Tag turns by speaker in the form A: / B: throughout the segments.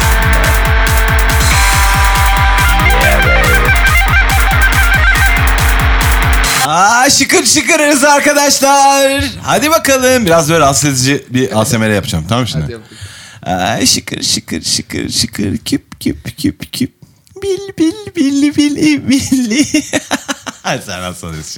A: Otarz.
B: Aa şıkır şıkırız arkadaşlar. Hadi bakalım. Biraz böyle rahatsız edici bir ASMR yapacağım. Tamam mı şimdi? Aa, şıkır şıkır şıkır şıkır küp küp küp küp. Bil bil bil bil bil. Sen nasıl oluyorsun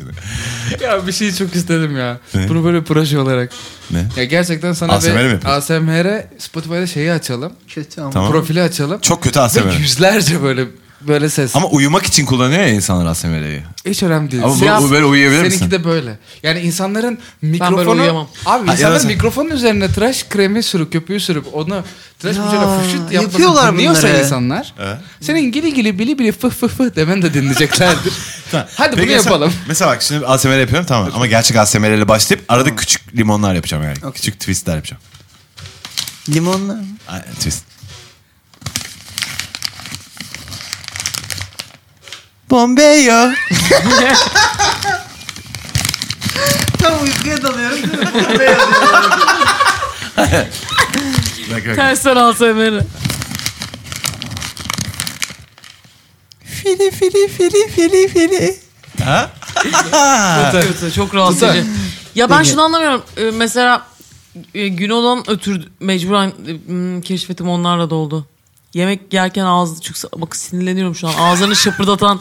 B: şimdi?
C: Ya bir şey çok istedim ya.
B: Ne?
C: Bunu böyle proje olarak.
B: Ne?
C: Ya gerçekten sana
B: ASMR mi
C: bir
B: yapıyorsun?
C: ASMR Spotify'da şeyi açalım.
D: Kötü ama.
B: Tamam.
C: Profili açalım.
B: Çok kötü
C: Ve
B: ASMR.
C: yüzlerce böyle böyle ses.
B: Ama uyumak için kullanıyor ya insanlar ASMR'yi.
C: Hiç önemli değil.
B: Ama bu-
C: Siyah-
B: bu böyle uyuyabilir misin?
C: Seninki de böyle. Yani insanların mikrofonu...
D: uyuyamam.
C: Abi
B: Ha,
C: insanların
B: ya sen-
C: mikrofonun üzerine tıraş kremi sürüp, köpüğü sürüp onu tıraş
D: Ya,
C: ucuyla fışıt
D: yapıyorlar
C: yapmasını dinliyorsa
D: bunları.
C: insanlar... Senin gili gili bili bili fıh fıh fıh demen de dinleyeceklerdir. Hadi
B: Peki
C: bunu
B: mesela-
C: yapalım.
B: Mesela bak şimdi ASMR yapıyorum tamam ama gerçek ASMR ile başlayıp arada küçük limonlar yapacağım yani.
D: Okey.
B: Küçük twistler yapacağım.
D: Limonla.
B: Ay, twist. Bombeyo.
D: Tam uykuya dalıyorum değil mi?
B: Bak, bak.
E: Tersten alsa beni.
B: Fili fili fili fili fili. Ha?
E: Çok kötü, çok rahatsız
C: Tutar.
E: edici. Ya ben şunu anlamıyorum. Ee, mesela e, gün olan ötürü mecburen e, m, keşfetim onlarla doldu. Yemek yerken ağzı çıksa bak sinirleniyorum şu an. Ağzını şapırdatan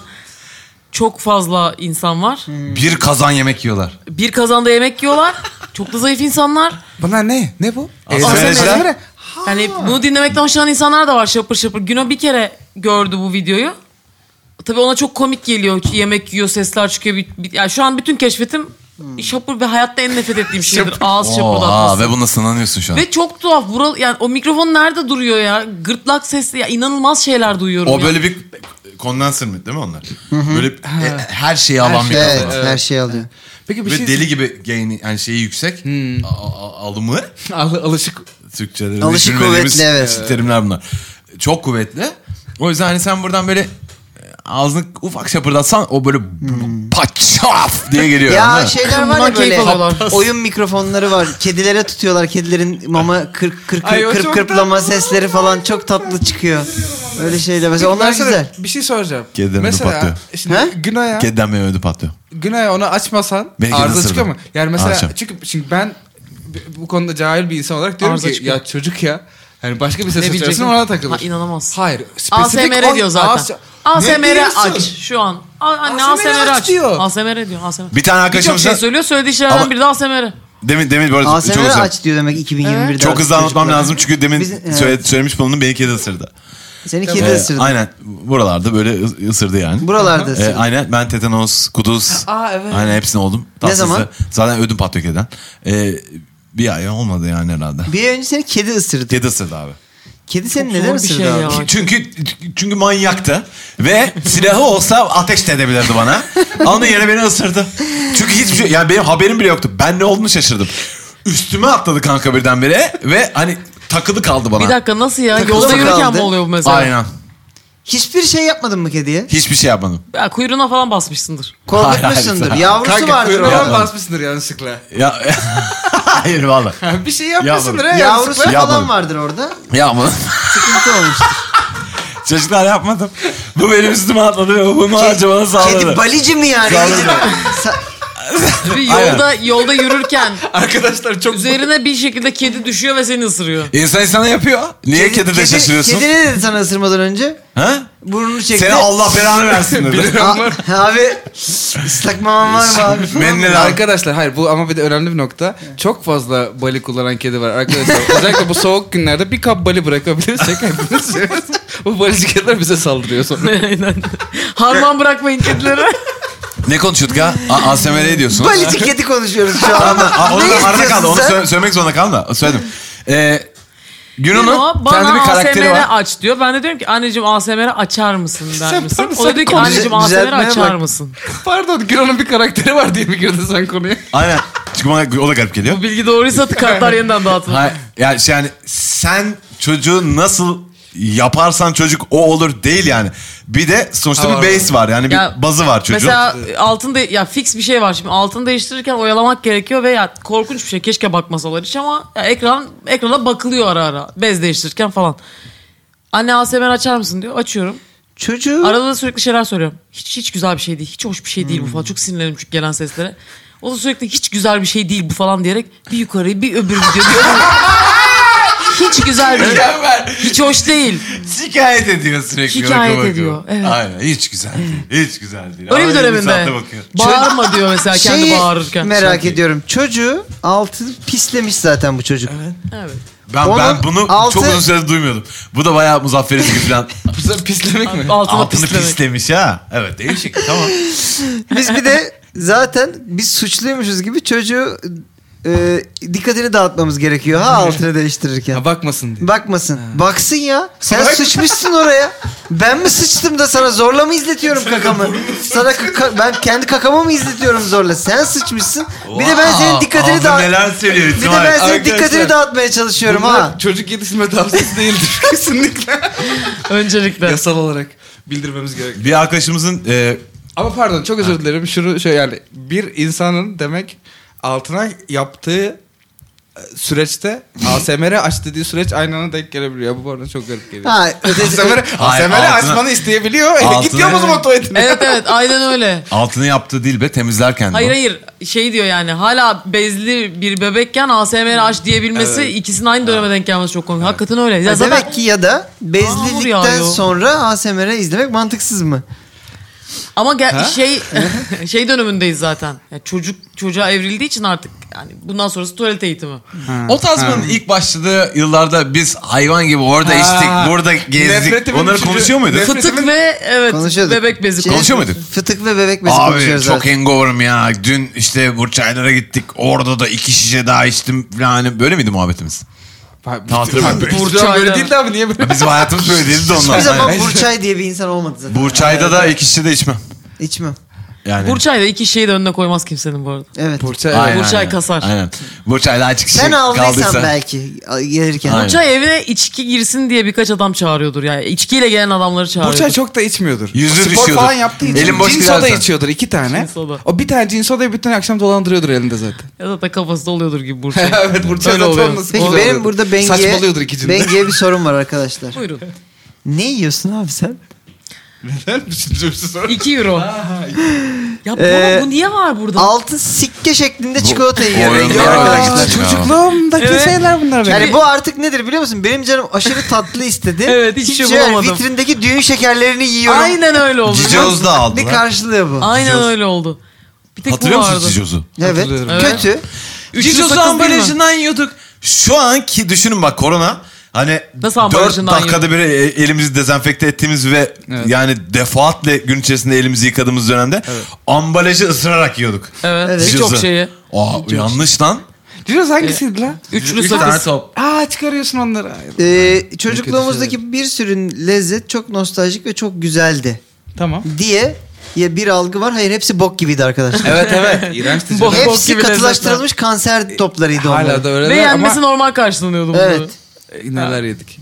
E: çok fazla insan var.
C: Hmm.
B: Bir kazan yemek yiyorlar.
E: Bir kazanda yemek yiyorlar. Çok da zayıf insanlar.
C: Bunlar ne? Ne bu?
B: ASMR'ciler.
C: ASMR.
E: Yani bunu dinlemekten hoşlanan insanlar da var şapır şapır. Güno bir kere gördü bu videoyu. Tabii ona çok komik geliyor. Yemek yiyor, sesler çıkıyor. Bir- bir- yani şu an bütün keşfetim
C: Hmm.
E: şapır ve hayatta en nefret ettiğim şeydir. Ağız
B: Oha
E: şapırdatması.
B: ve bununla sınanıyorsun şu an.
E: Ve çok tuhaf. Bural, yani o mikrofon nerede duruyor ya? Gırtlak sesli. Ya inanılmaz şeyler duyuyorum.
B: O
E: ya.
B: böyle bir kondansör mü değil mi onlar? Böyle e, her şeyi alan bir
D: Evet,
B: kafa.
D: her şeyi alıyor.
C: Peki bir
B: Ve
C: şey...
B: deli gibi gain'i yani şeyi yüksek. A- a- alımı
C: Al- alışık
B: Türkçe'de de
D: Alışık
B: bilmediğimiz e,
D: kuvvetli, evet.
B: terimler bunlar. Çok kuvvetli. O yüzden hani sen buradan böyle e, ağzını ufak şapırdatsan o böyle paçaf diye geliyor. anladın
D: Ya şey
B: mı?
D: şeyler var
E: Bundan
D: ya böyle
E: keyif alıyorlar.
D: oyun mikrofonları var. Kedilere tutuyorlar. Kedilerin mama kırk kırk
C: Ay, o
D: kırp
C: çok
D: kırplama sesleri falan çok tatlı çıkıyor. Öyle şeyler. Mesela
C: Peki
D: onlar
C: ben sana
D: güzel.
C: Bir şey soracağım.
B: Kedilerin ödü patlıyor.
C: Mesela şimdi
D: He?
C: Günay'a
B: Kediden benim ödü patlıyor.
C: Günay'a onu açmasan
B: Belki
C: arıza
B: ısırdı.
C: çıkıyor mu? Yani mesela
B: Açacağım.
C: çünkü çünkü ben bu konuda cahil bir insan olarak diyorum
E: Arıza
C: ki
E: çıkıyor.
C: ya çocuk ya yani başka bir ses
E: bilecek
C: açarsın
E: mi?
C: ona takılır.
E: Ha, inanamaz.
C: Hayır. spesifik
E: ASMR
C: on-
E: diyor
C: AS-
E: zaten.
C: Ne
E: ASMR
C: diyorsun?
E: aç şu an. A- Anne
C: ASMR
E: ASMR
C: aç
E: aç.
C: diyor.
E: ASMR diyor. ASMR.
B: Bir tane
E: Birçok
B: arkadaşımız
E: şey söylüyor. Söylediği
B: Ama-
E: şeylerden biri de ASMR.
B: demin demin böyle çok
D: ASMR
B: güzel.
D: aç diyor demek 2021'de.
B: Çok hızlı anlatmam
D: çocuklar.
B: lazım çünkü demin
D: Bizim- evet.
B: söyle- söylemiş bulundum beni kedi ısırdı.
D: Seni kedi
B: Ee,
D: ısırdı.
B: aynen buralarda böyle ı- ısırdı yani.
D: Buralarda
B: Ee,
D: ısırdı.
B: aynen ben tetanos, kuduz.
C: Aa, evet.
B: Aynen hepsini oldum. Tatsızı.
D: zaman?
B: Zaten ödüm patlıyor kediden. Ee, bir ay olmadı yani herhalde.
D: Bir ay önce seni kedi ısırdı.
B: Kedi ısırdı abi.
D: Kedi seni
E: Çok
D: neden
E: zor bir
D: ısırdı
E: şey
D: abi?
E: ya. Ay.
B: Çünkü çünkü manyaktı ve silahı olsa ateş de edebilirdi bana. Onun yerine beni ısırdı. Çünkü hiçbir şey yani benim haberim bile yoktu. Ben ne olduğunu şaşırdım. Üstüme atladı kanka birdenbire ve hani takılı kaldı bana.
E: Bir dakika nasıl ya?
D: Takılı
E: Yolda yürürken
D: kaldı.
E: mi oluyor bu mesela?
B: Aynen.
D: Hiçbir şey yapmadın mı kediye?
B: Hiçbir şey yapmadım.
E: Ya, kuyruğuna falan basmışsındır.
D: Korkutmuşsundur.
B: Hayır, hayır.
D: Yavrusu
C: Kanka
D: vardır
C: kuyruğuna
D: onun.
C: basmışsındır yanlışlıkla.
B: Ya hayır valla.
C: bir şey yapmasındır
B: Yapmadım.
C: he
D: Yavrusu
C: yanlışlıkla.
D: falan
B: Yapmadım.
D: vardır orada.
B: Yapmadım.
D: Sıkıntı olmuştur.
B: Çocuklar yapmadım. Bu benim üstüme atladı ve bunu harcamanı
D: Kedi
B: sağladı.
D: balici mi yani?
B: Sağladı.
D: Sa-
E: Bir yolda yolda yürürken
C: Arkadaşlar çok
E: üzerine bir şekilde kedi düşüyor ve seni ısırıyor.
B: İnsan insana yapıyor. Niye kedi, de şaşırıyorsun?
D: Kedi ne dedi sana ısırmadan önce?
B: Ha?
D: Burnunu çekti.
B: Seni Allah belanı versin dedi.
D: A- abi ıslak mamam var mı abi? falan.
B: Menle lan.
C: Arkadaşlar hayır bu ama bir de önemli bir nokta. Çok fazla bali kullanan kedi var arkadaşlar. Özellikle bu soğuk günlerde bir kap bali bırakabilirsek hepimiz yiyoruz. bu balici kediler bize saldırıyor sonra.
E: Aynen. Harman bırakmayın kedilere.
B: Ne konuşuyorduk ha? A- ASMR ediyorsun.
D: Balici kedi konuşuyoruz şu
B: Tamam
D: anda.
B: da a- onu
D: Ne
B: da arada
D: istiyorsun
B: kaldı. Onu
D: sen?
B: sö- söylemek zorunda kaldım da. Söyledim. Ee, Yunan'ın
E: Ama bana
B: kendi bir karakteri
E: ASMR
B: var.
E: aç diyor. Ben de diyorum ki anneciğim ASMR açar mısın der
C: Sen
E: misin?
C: bana
E: O da
C: sen
E: diyor ki
C: konuş-
E: anneciğim
D: düzeltmeye
E: ASMR açar
D: bak.
E: mısın?
C: Pardon Güran'ın bir karakteri var diye mi girdin sen konuya?
B: Aynen. Çünkü bana o da garip geliyor.
E: Bu bilgi doğruysa kartlar yeniden dağıtılır.
B: Hayır, yani şey yani sen çocuğu nasıl yaparsan çocuk o olur değil yani. Bir de sonuçta
C: Var.
B: bir base var yani bir
E: Ya,
B: bazı var çocuğun.
E: Mesela altın de ya fix bir şey var şimdi altını değiştirirken oyalamak gerekiyor ve ya korkunç bir şey keşke bakmasalar hiç ama ya ekran ekrana bakılıyor ara ara bez değiştirirken falan. Anne ASMR açar mısın diyor açıyorum.
D: Çocuğu
E: Arada da sürekli şeyler soruyorum. Hiç hiç güzel bir şey değil. Hiç hoş bir şey değil bu falan. Çok sinirlendim çünkü gelen seslere. O da sürekli hiç güzel bir şey değil bu falan diyerek bir yukarı bir öbür video diyor. hiç güzel değil. Hiç hoş değil.
B: Şikayet ediyor sürekli.
E: Şikayet bakıyor, ediyor, bakıyor. evet.
B: Aynen hiç güzel değil. Hiç güzel değil.
E: Öyle bir döneminde. Bağırma diyor mesela kendi
D: şeyi
E: bağırırken.
D: merak ediyorum. Çocuğu altı pislemiş zaten bu çocuk.
E: Evet.
B: Ben,
D: Onun
B: ben bunu
D: altı-
B: çok uzun süredir duymuyordum. Bu da bayağı Muzaffer Ezgi falan
C: Pislemek mi?
E: Altına
B: altını
E: pislemek.
B: pislemiş ha. Evet değişik tamam.
D: Biz bir de zaten biz suçluymuşuz gibi çocuğu e, dikkatini dağıtmamız gerekiyor ha altını değiştirirken.
C: Ha, bakmasın diye.
D: Bakmasın. Baksın ya. Sen
B: Bak.
D: sıçmışsın oraya. Ben mi sıçtım da sana zorla mı izletiyorum kakamı? Sana kaka- ben kendi kakamı mı izletiyorum zorla? Sen sıçmışsın. Bir de ben senin dikkatini
B: Altı
D: dağıt.
B: neler söylüyor
D: Bir de
B: İsmail.
D: ben senin
C: Arkadaşlar,
D: dikkatini dağıtmaya çalışıyorum
C: Bunlar
D: ha.
C: Çocuk yetiştirme tavsiyesi değildir kesinlikle.
E: Öncelikle.
C: Yasal olarak bildirmemiz gerek.
B: Bir arkadaşımızın e,
C: Ama pardon çok özür dilerim. Şunu şey yani bir insanın demek altına yaptığı e, süreçte ASMR aç dediği süreç aynı ana denk gelebiliyor. Bu bana çok garip geliyor.
D: Ha, ötesi-
C: ASMR,
B: Hayır,
C: ASMR
B: altına-
C: açmanı isteyebiliyor. E,
B: Altına-
C: Gidiyor mu o zaman tuvaletine?
E: evet evet aynen öyle.
B: altını yaptığı değil be temizlerken.
E: Hayır
B: bu.
E: hayır şey diyor yani hala bezli bir bebekken ASMR aç diyebilmesi ikisinin aynı döneme denk gelmesi çok komik. Hakikaten öyle. Ya
D: Ya
E: zaten
D: Demek ki ya da
E: Yağmur
D: bezlilikten
E: yağıyor.
D: sonra ASMR izlemek mantıksız mı?
E: Ama gel-
C: Ha?
E: şey şey dönümündeyiz zaten. Ya çocuk çocuğa evrildiği için artık yani bundan sonrası tuvalet eğitimi.
B: O tasmanın ilk başladığı yıllarda biz hayvan gibi orada
C: Ha.
B: içtik, burada gezdik.
C: Nefretimin
B: Onları
C: üçüncü-
B: konuşuyor muyduk?
C: Nefret-
E: Fıtık ve evet
D: Konuşuyorduk.
E: bebek bezi.
D: Şey-
B: Konuşuyor muyduk?
D: Fıtık ve bebek bezi
B: Abi
D: konuşuyoruz
B: çok
D: zaten.
B: hangover'ım ya. Dün işte Burçaylar'a gittik. Orada da iki şişe daha içtim falan. Hani Böyle miydi muhabbetimiz? Hatırlamıyorum.
C: Burcu
E: Aynen.
C: böyle değil de abi niye böyle?
B: Bizim hayatımız böyle değildi de ondan.
D: Hiçbir zaman
B: Aynen.
D: Burçay diye bir insan olmadı zaten.
B: Burçay'da da iki şişe de içmem.
D: İçmem.
B: Yani.
E: Burçay da iki şeyi de önüne koymaz kimsenin bu arada.
D: Evet.
C: Burçay.
B: Aynen,
E: Burçay
B: aynen.
E: kasar.
B: Aynen. Burçay'da açık şişe
D: Sen aldıysan
B: kaldıysa.
D: belki a- gelirken.
B: Şey, Aynen.
E: Burçay evine içki girsin diye birkaç adam çağırıyordur. Yani içkiyle gelen adamları çağırıyordur.
C: Burçay çok da içmiyordur.
B: Yüzü
C: Spor
B: düşüyordur.
C: falan yaptığı için.
B: Elin boş
C: Cin
B: gidersen.
C: soda içiyordur iki tane.
E: Cin soda.
C: O bir tane cin sodayı bütün akşam dolandırıyordur elinde zaten.
E: Ya zaten kafası da oluyordur gibi Burçay.
C: Burçay zaten
E: Öyle oluyor.
C: olması
D: Peki
C: gibi
D: benim
C: oluyordur.
D: burada Bengi'ye,
C: Saçmalıyordur iki cinde.
D: Bengi'ye bir sorum var arkadaşlar.
E: Buyurun.
D: ne yiyorsun abi sen?
C: Neden? Şimdi bir şey sorayım.
E: 2 euro. ya bu,
D: Ee,
E: bu niye var burada?
D: Altın sikke şeklinde çikolata yiyor
B: o
D: Bengi
B: oyunlar
D: arkadaşlar.
B: arkadaşlar.
C: Çocukluğumdaki
E: Evet.
C: şeyler bunlar benim.
D: Yani bu artık nedir biliyor musun? Benim canım aşırı tatlı istedi.
E: Evet, hiçbir şey
D: yok.
E: bulamadım.
D: Vitrindeki düğün şekerlerini yiyorum.
E: Aynen öyle oldu.
B: Cicoz da
D: Ne
B: aldılar.
D: karşılığı bu?
E: Aynen öyle oldu. Bir tek
B: Hatırlıyor
E: bu
B: musunuz
E: vardı.
B: Cicoz'u?
D: Evet.
C: Hatırlıyorum.
E: Evet.
D: Kötü.
E: Üçlü
B: Cicoz'u
E: sakız değil mi?
B: ambalajından yiyorduk. Şu anki düşünün bak korona. Hani
E: Nasıl
B: 4
E: ambalajından
B: dakikada bir e- elimizi dezenfekte ettiğimiz ve
C: Evet.
B: yani defaatle gün içerisinde elimizi yıkadığımız dönemde ambalajı ısırarak yiyorduk.
E: Evet.
D: Evet.
E: Birçok
B: Cicoz'u.
E: şeyi.
B: Aa, yanlış lan.
C: Ciroz hangisiydi lan?
E: Üçlü
B: Üç tane
E: sakız.
B: top.
C: Aa çıkarıyorsun onları. Hayır.
D: Ee, çocukluğumuzdaki bir sürü lezzet çok nostaljik ve çok güzeldi
C: Tamam.
D: diye ya bir algı var. Hayır hepsi bok gibiydi arkadaşlar.
C: Evet evet. İğrençti.
E: Bu-
D: hepsi
E: bok gibi
D: katılaştırılmış kanser toplarıydı onlar.
C: Hala da
E: Ve
C: öyle ama e,
E: yenmesi normal karşılanıyordu bunları.
D: Evet.
C: neler yedik.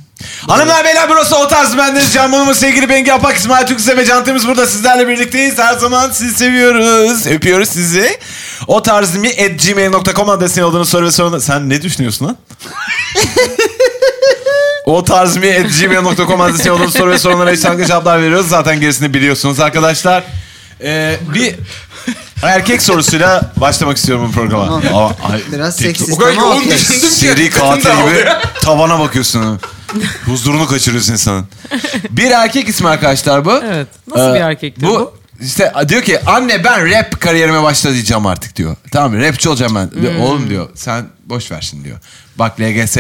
B: Hanımlar beyler burası o tarz bendeniz Can Bonomo sevgili Bengi Apak İsmail Türkse ve Can Temiz burada sizlerle birlikteyiz. Her zaman sizi seviyoruz. Öpüyoruz sizi. O tarz mi at gmail.com adresine olduğunu soru ve sorun. Sen ne düşünüyorsun lan? o tarz mi at gmail.com adresine olduğunu soru ve sorunlara içtenlikle cevaplar veriyoruz. Zaten gerisini biliyorsunuz arkadaşlar. Ee, bir erkek sorusuyla başlamak istiyorum bu programa. Aa, ay,
D: Biraz
B: tek-
D: seksist
C: O kadar
D: ama
C: yoğun
D: okey.
C: düşündüm ki.
B: Seri katil gibi tavana bakıyorsun. Huzurunu kaçırıyorsun insanın. Bir erkek ismi arkadaşlar bu. Ee,
E: Evet. Nasıl bir erkekti bu?
B: İşte diyor ki anne ben rap kariyerime başlayacağım artık diyor. Tamam rapçi olacağım ben. Diyor,
E: Hmm.
B: Oğlum diyor sen boş ver şimdi diyor. Bak LGS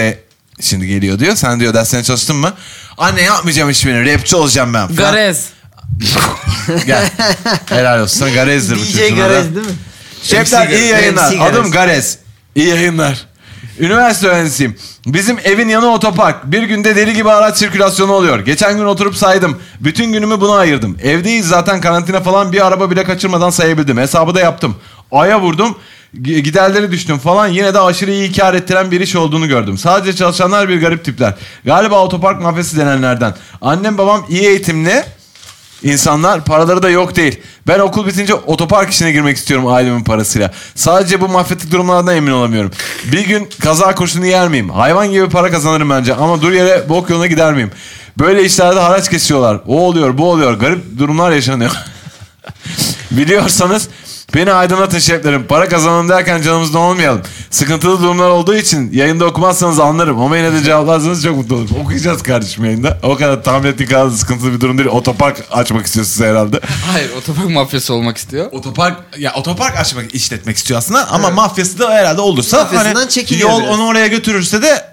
B: şimdi geliyor diyor. Sen diyor derslerine çalıştın mı? Anne yapmayacağım hiçbirini rapçi olacağım ben. falan.
E: Garez.
B: Gel. Helal olsun. Sen Garez'dir bu
D: DJ
B: çocuğun adı.
D: Garez değil mi?
B: Şefler
D: MC
B: iyi
D: Garez.
B: yayınlar.
D: MC Garez.
B: Adım Garez. İyi yayınlar. Üniversite öğrencisiyim. Bizim evin yanı otopark. Bir günde deli gibi araç sirkülasyonu oluyor. Geçen gün oturup saydım. Bütün günümü buna ayırdım. Evdeyiz zaten karantina falan bir araba bile kaçırmadan sayabildim. Hesabı da yaptım. Aya vurdum. G- Giderleri düştüm falan yine de aşırı iyi kar ettiren bir iş olduğunu gördüm. Sadece çalışanlar bir garip tipler. Galiba otopark mafyası denenlerden. Annem babam iyi eğitimli insanlar paraları da yok değil. Ben okul bitince otopark işine girmek istiyorum ailemin parasıyla. Sadece bu mafyatik durumlardan emin olamıyorum. Bir gün kaza kurşunu yer miyim? Hayvan gibi para kazanırım bence ama dur yere bok yoluna gider miyim? Böyle işlerde haraç kesiyorlar. O oluyor bu oluyor. Garip durumlar yaşanıyor. Biliyorsanız beni aydınlatın şeflerim. Para kazanalım derken canımızda olmayalım. Sıkıntılı durumlar olduğu için yayında okumazsanız anlarım. Ama yine de cevaplarsanız çok mutlu olurum. Okuyacağız kardeşim yayında. O kadar tahmin ettiğim kadar da sıkıntılı bir durum değil. Otopark açmak istiyorsunuz herhalde.
C: Hayır otopark mafyası olmak istiyor.
B: Otopark ya otopark açmak işletmek istiyor aslında ama mafyası da herhalde olursa
D: Mafyasından
B: hani
D: çekiniyor
B: yol
D: biraz.
B: onu oraya götürürse de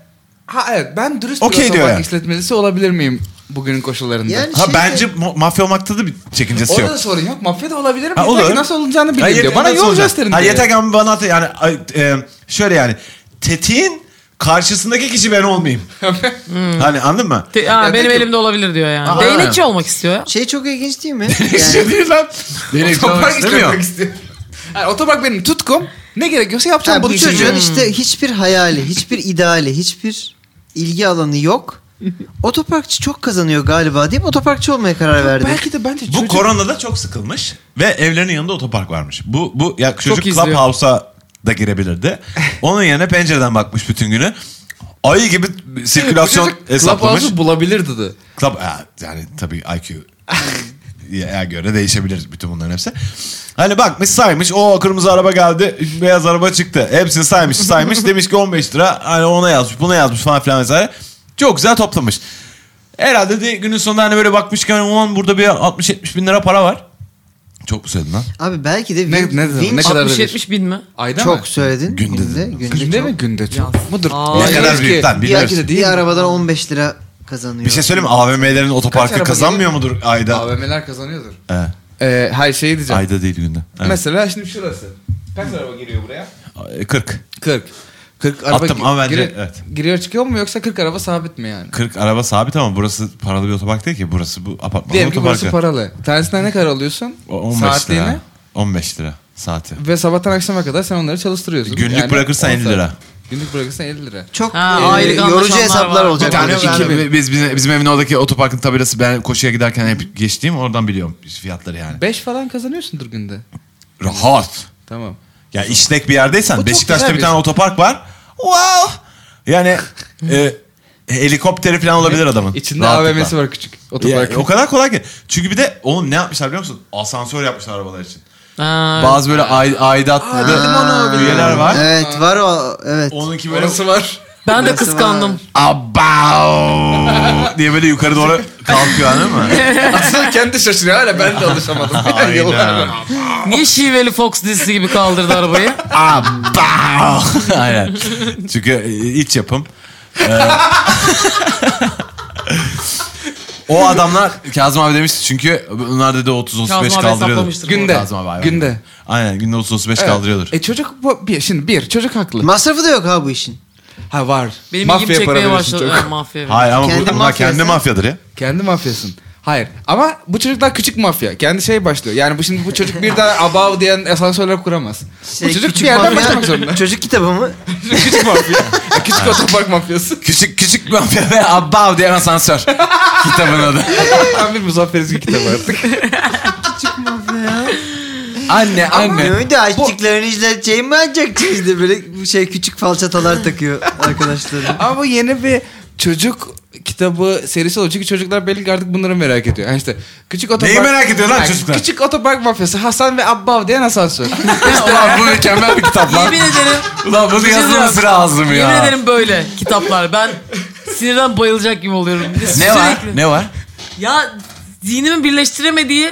C: Ha evet ben dürüst
B: Okey
C: bir
B: diyor
C: otopark
B: yani.
C: işletmecisi olabilir miyim bugünün koşullarında?
D: Yani
B: ha
D: şey de-
B: bence mu- mafya olmakta da bir çekincesi
C: Orada
B: yok.
C: da sorun yok. Mafya da olabilirim.
B: Ha,
C: Ha,
B: olur.
C: Nasıl olacağını
B: Ha,
C: bileyim
B: yeter-
C: diyor. Bana
B: nasıl
C: yol
B: olacak?
C: gösterin
B: Ha,
C: diyor.
B: yeter ki ama bana at- yani ay, e, şöyle yani tetiğin karşısındaki kişi ben olmayayım. hani anladın mı?
E: Te- ha,
C: Ya
E: benim
C: dedim-
E: elimde olabilir diyor yani.
B: Aa,
E: Değnekçi olmak istiyor.
D: Şey çok ilginç değil mi? Yani,
B: şey değil lan. Direkt
C: Otopark
B: istemiyor.
C: işletmek istiyor. Yani otopark benim tutkum. Ne gerekiyorsa yapacağım
D: ha,
C: bunun
D: bu
C: için.
D: çocuğun
C: diyor.
D: işte hiçbir hayali, hiçbir ideali, hiçbir ilgi alanı yok. Otoparkçı çok kazanıyor galiba deyip otoparkçı olmaya karar verdi.
C: Belki de bence
B: Bu
C: çocuk...
B: koronada çok sıkılmış ve evlerinin yanında otopark varmış. Bu bu ya çocuk
E: izliyor.
B: Clubhouse'a da girebilirdi. Onun yerine pencereden bakmış bütün günü. Ayı gibi sirkülasyon hesaplamış.
C: Clubhouse'u bulabilir dedi.
B: Club ha, yani tabii IQ ya göre değişebilir bütün bunların hepsi. Hani bakmış saymış o kırmızı araba geldi beyaz araba çıktı. Hepsini saymış saymış demiş ki 15 lira hani ona yazmış buna yazmış falan filan vesaire. Çok güzel toplamış. Herhalde de günün sonunda hani böyle bakmış ki hani ulan burada bir 60-70 bin lira para var. Çok mu söyledin lan?
D: Abi belki de
C: Ne-
D: Vin-
C: ne zaman,
D: Vinç-
C: ne kadar-
E: 60-70 bin mi?
C: Ayda mı?
D: çok söyledin.
B: Günde dedim.
D: günde,
C: Günde
D: çok.
C: mi günde çok?
E: Yaz.
C: Mudur?
E: Aa,
B: Ne kadar
C: Ki-
B: büyük lan
D: Bir,
B: bilmiyoruz.
D: bir arabadan 15 lira kazanıyor.
B: Bir şey söyleyeyim mi? AVM'lerin
C: Kaç
B: otoparkı
C: araba
B: kazanmıyor
C: geliyor?
B: mudur ayda?
C: AVM'ler kazanıyordur.
B: He.
C: Ee, her şeyi diyeceğim.
B: ayda değil günde. Evet.
C: Mesela şimdi şurası. Kaç araba giriyor buraya?
B: Ee, 40.
C: 40. 40 araba
B: Attım
C: gi-
B: ama bence-
C: giriyor,
B: evet.
C: giriyor çıkıyor mu yoksa 40 araba sabit mi yani?
B: 40 araba sabit ama burası paralı bir otopark değil ki. Burası bu apartmanın
C: Diyelim ki
B: otoparkı.
C: burası paralı. Tanesinden ne kadar alıyorsun?
B: O- 15
C: Saatliğine.
B: lira. 15 lira saati.
C: Ve sabahtan akşama kadar sen onları çalıştırıyorsun.
B: Günlük bırakırsan
C: on
B: 50
C: saat.
B: lira.
C: Günlük bırakırsan 50 lira.
D: Çok
E: Ha,
D: e,
E: aylık
D: yorucu
E: anlaşanlar
D: hesaplar
E: var.
D: olacak.
E: Bir tane
D: orada.
E: ben-
B: Yani biz bizim, bizim evin oradaki otoparkın tabelası ben koşuya giderken hep geçtiğim oradan biliyorum fiyatları yani.
C: 5 falan kazanıyorsundur günde.
B: Rahat.
C: Tamam.
B: Ya işlek bir
C: Bu
B: yerdeysen
C: çok
B: Beşiktaş'ta
C: güzel
B: bir
C: bir
B: tane
C: şey.
B: otopark var. Wow. Yani e, helikopteri falan olabilir
C: E,
B: adamın.
C: İçinde
B: Rahatlıkla.
C: AVM'si var küçük.
B: Ya,
C: Otopark.
B: o kadar kolay ki. Çünkü bir de oğlum ne yapmışlar biliyor musun? Asansör yapmışlar arabalar için.
E: Ha,
B: Bazı böyle ay, aidatlı üyeler var.
D: Evet var o evet.
B: Onunki böyle
C: Orası var.
E: ben de
D: Orası
E: kıskandım.
D: var.
B: Abav diye böyle yukarı doğru kalkıyor anladın mı?
C: Aslında kendi şaşırıyor hala ben de alışamadım.
B: Aynen.
E: Niye Şiveli Fox dizisi gibi kaldırdı arabayı?
B: Abav. Aynen. Çünkü e, iç yapım. Ee, o adamlar Kazım abi demişti çünkü bunlar dedi 30 35
E: Kazım abi
B: kaldırıyordur.
E: hesaplamıştır.
C: Günde.
B: Kazım abi, aynen.
C: Günde.
B: Aynen günde 30 35 kaldırıyordur.
C: E çocuk bu, bir, şimdi bir çocuk haklı.
D: Masrafı da yok ha bu işin.
C: ha var.
E: Benim
C: Mafya
E: ilgimi çekmeye
C: veriyorsun
E: başladı.
C: çocuk.
E: Evet, mafya.
B: Hayır ama
D: Kendi
B: bu, bunlar kendi
D: mafyası.
B: mafyadır ya.
C: Kendi mafyasın. Hayır ama bu çocuklar küçük mafya. Kendi şey başlıyor. Yani bu şimdi bu çocuk bir daha abav diyen asansörler kuramaz.
D: Şey,
C: bu çocuk bir
D: küçük
C: yerden
D: mafya-
C: başlamak zorunda.
D: Çocuk kitabı mı?
C: küçük mafya. Ya, küçük otopark mafyası.
B: Küçük küçük mafya ve abav diyen asansör. Kitabın adı.
C: Tam bir Muzaffer Ezgi kitabı artık.
B: Anne anne.
D: Öyle de açtıklarını izleteceğim mi ancak çizdi böyle bu şey küçük falçatalar takıyor arkadaşları.
C: Ama bu yeni bir çocuk kitabı serisi olur. Çünkü çocuklar belli ki artık bunları merak ediyor. Yani işte küçük otopark...
B: Neyi merak ediyor lan
C: Ha,
B: çocuklar?
C: Küçük otopark mafyası Hasan ve Abbav diyen asansör.
B: Ulan bu mükemmel bir kitap lan.
E: Yemin ederim.
B: Ulan bunu yazılması lazım ya.
E: şey Yemin ederim böyle kitaplar. Ben sinirden bayılacak gibi oluyorum.
B: Ne var?
E: Sürekli-
B: Ne var?
E: Ya zihnimi birleştiremediği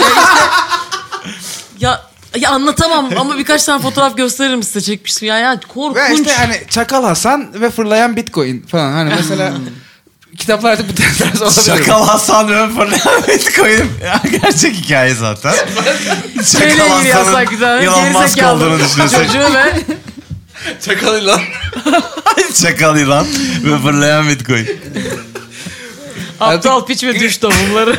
E: ya işte ya, ya anlatamam ama birkaç tane fotoğraf gösteririm size çekmiştim ya ya
C: ve
E: korkunç.
C: işte hani Çakal Hasan ve fırlayan Bitcoin falan. Hani mesela kitaplar artık bu tarz olabilir.
B: Şakal Hasan ve Fırlamet koyup ya, gerçek hikaye zaten.
E: Şöyle
B: Şakal
E: gibi
B: Hasan'ın
E: yazsak güzel.
B: Elon Musk
E: gerizekalı
B: olduğunu düşünürsek.
E: Çocuğu ve
C: Çakal lan.
B: Şakal yılan ve fırlayan bitcoin.
E: aptal piç ve düş davulları.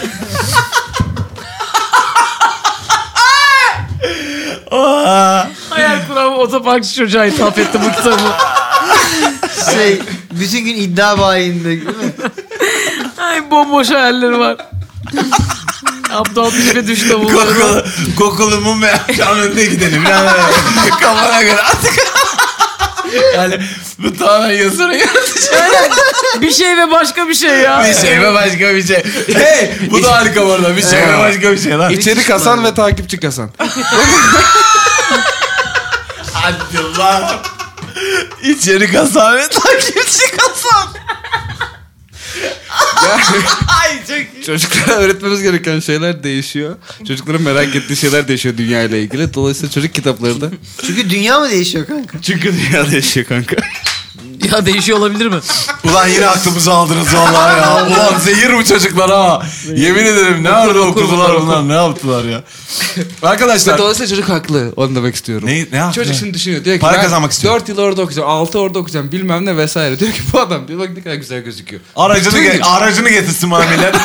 B: Aa,
E: Hayal kuramı o otoparkçı çocuğa hitap etti bu kitabı.
D: Şey, bütün gün iddia bayinde. değil mi?
E: Ay bomboş hayalleri var. Abdal Pişme düş davulları.
B: Kokulu, kokulu mum ve akşam önüne gidelim. Yani kafana göre artık. yani bu tamamen yazarı yazacak.
E: bir şey ve başka bir şey ya.
B: Bir şey ve başka bir şey. Hey bu da harika bu arada. Bir şey ve başka bir şey lan.
C: İçerik Hasan ve takipçi Hasan.
B: Hadi lan. İçeri kasam ve takipçi kasam. Ay çok iyi.
C: Çocuklara öğretmemiz gereken şeyler değişiyor. Çocukların merak ettiği şeyler değişiyor dünya ile ilgili. Dolayısıyla çocuk kitapları da.
D: Çünkü dünya mı değişiyor kanka?
C: Çünkü dünya değişiyor kanka.
E: Ya değişiyor olabilir mi?
B: Ulan yine aklımızı aldınız vallahi ya. Ulan zehir bu çocuklar ha. Yemin ederim ne arada okudular bunlar ne yaptılar ya. Arkadaşlar.
C: Dolayısıyla çocuk haklı. Onu demek istiyorum.
B: Ne, ne yaptı?
C: Çocuk şimdi düşünüyor. Diyor ki
B: Para kazanmak istiyor.
C: 4 yıl orada okuyacağım. 6 orada okuyacağım. Bilmem ne vesaire. Diyor ki bu adam diyor bak ne kadar güzel gözüküyor.
B: Aracını,
C: Bütün
B: ge-
C: gün-
B: aracını getirsin bana millet.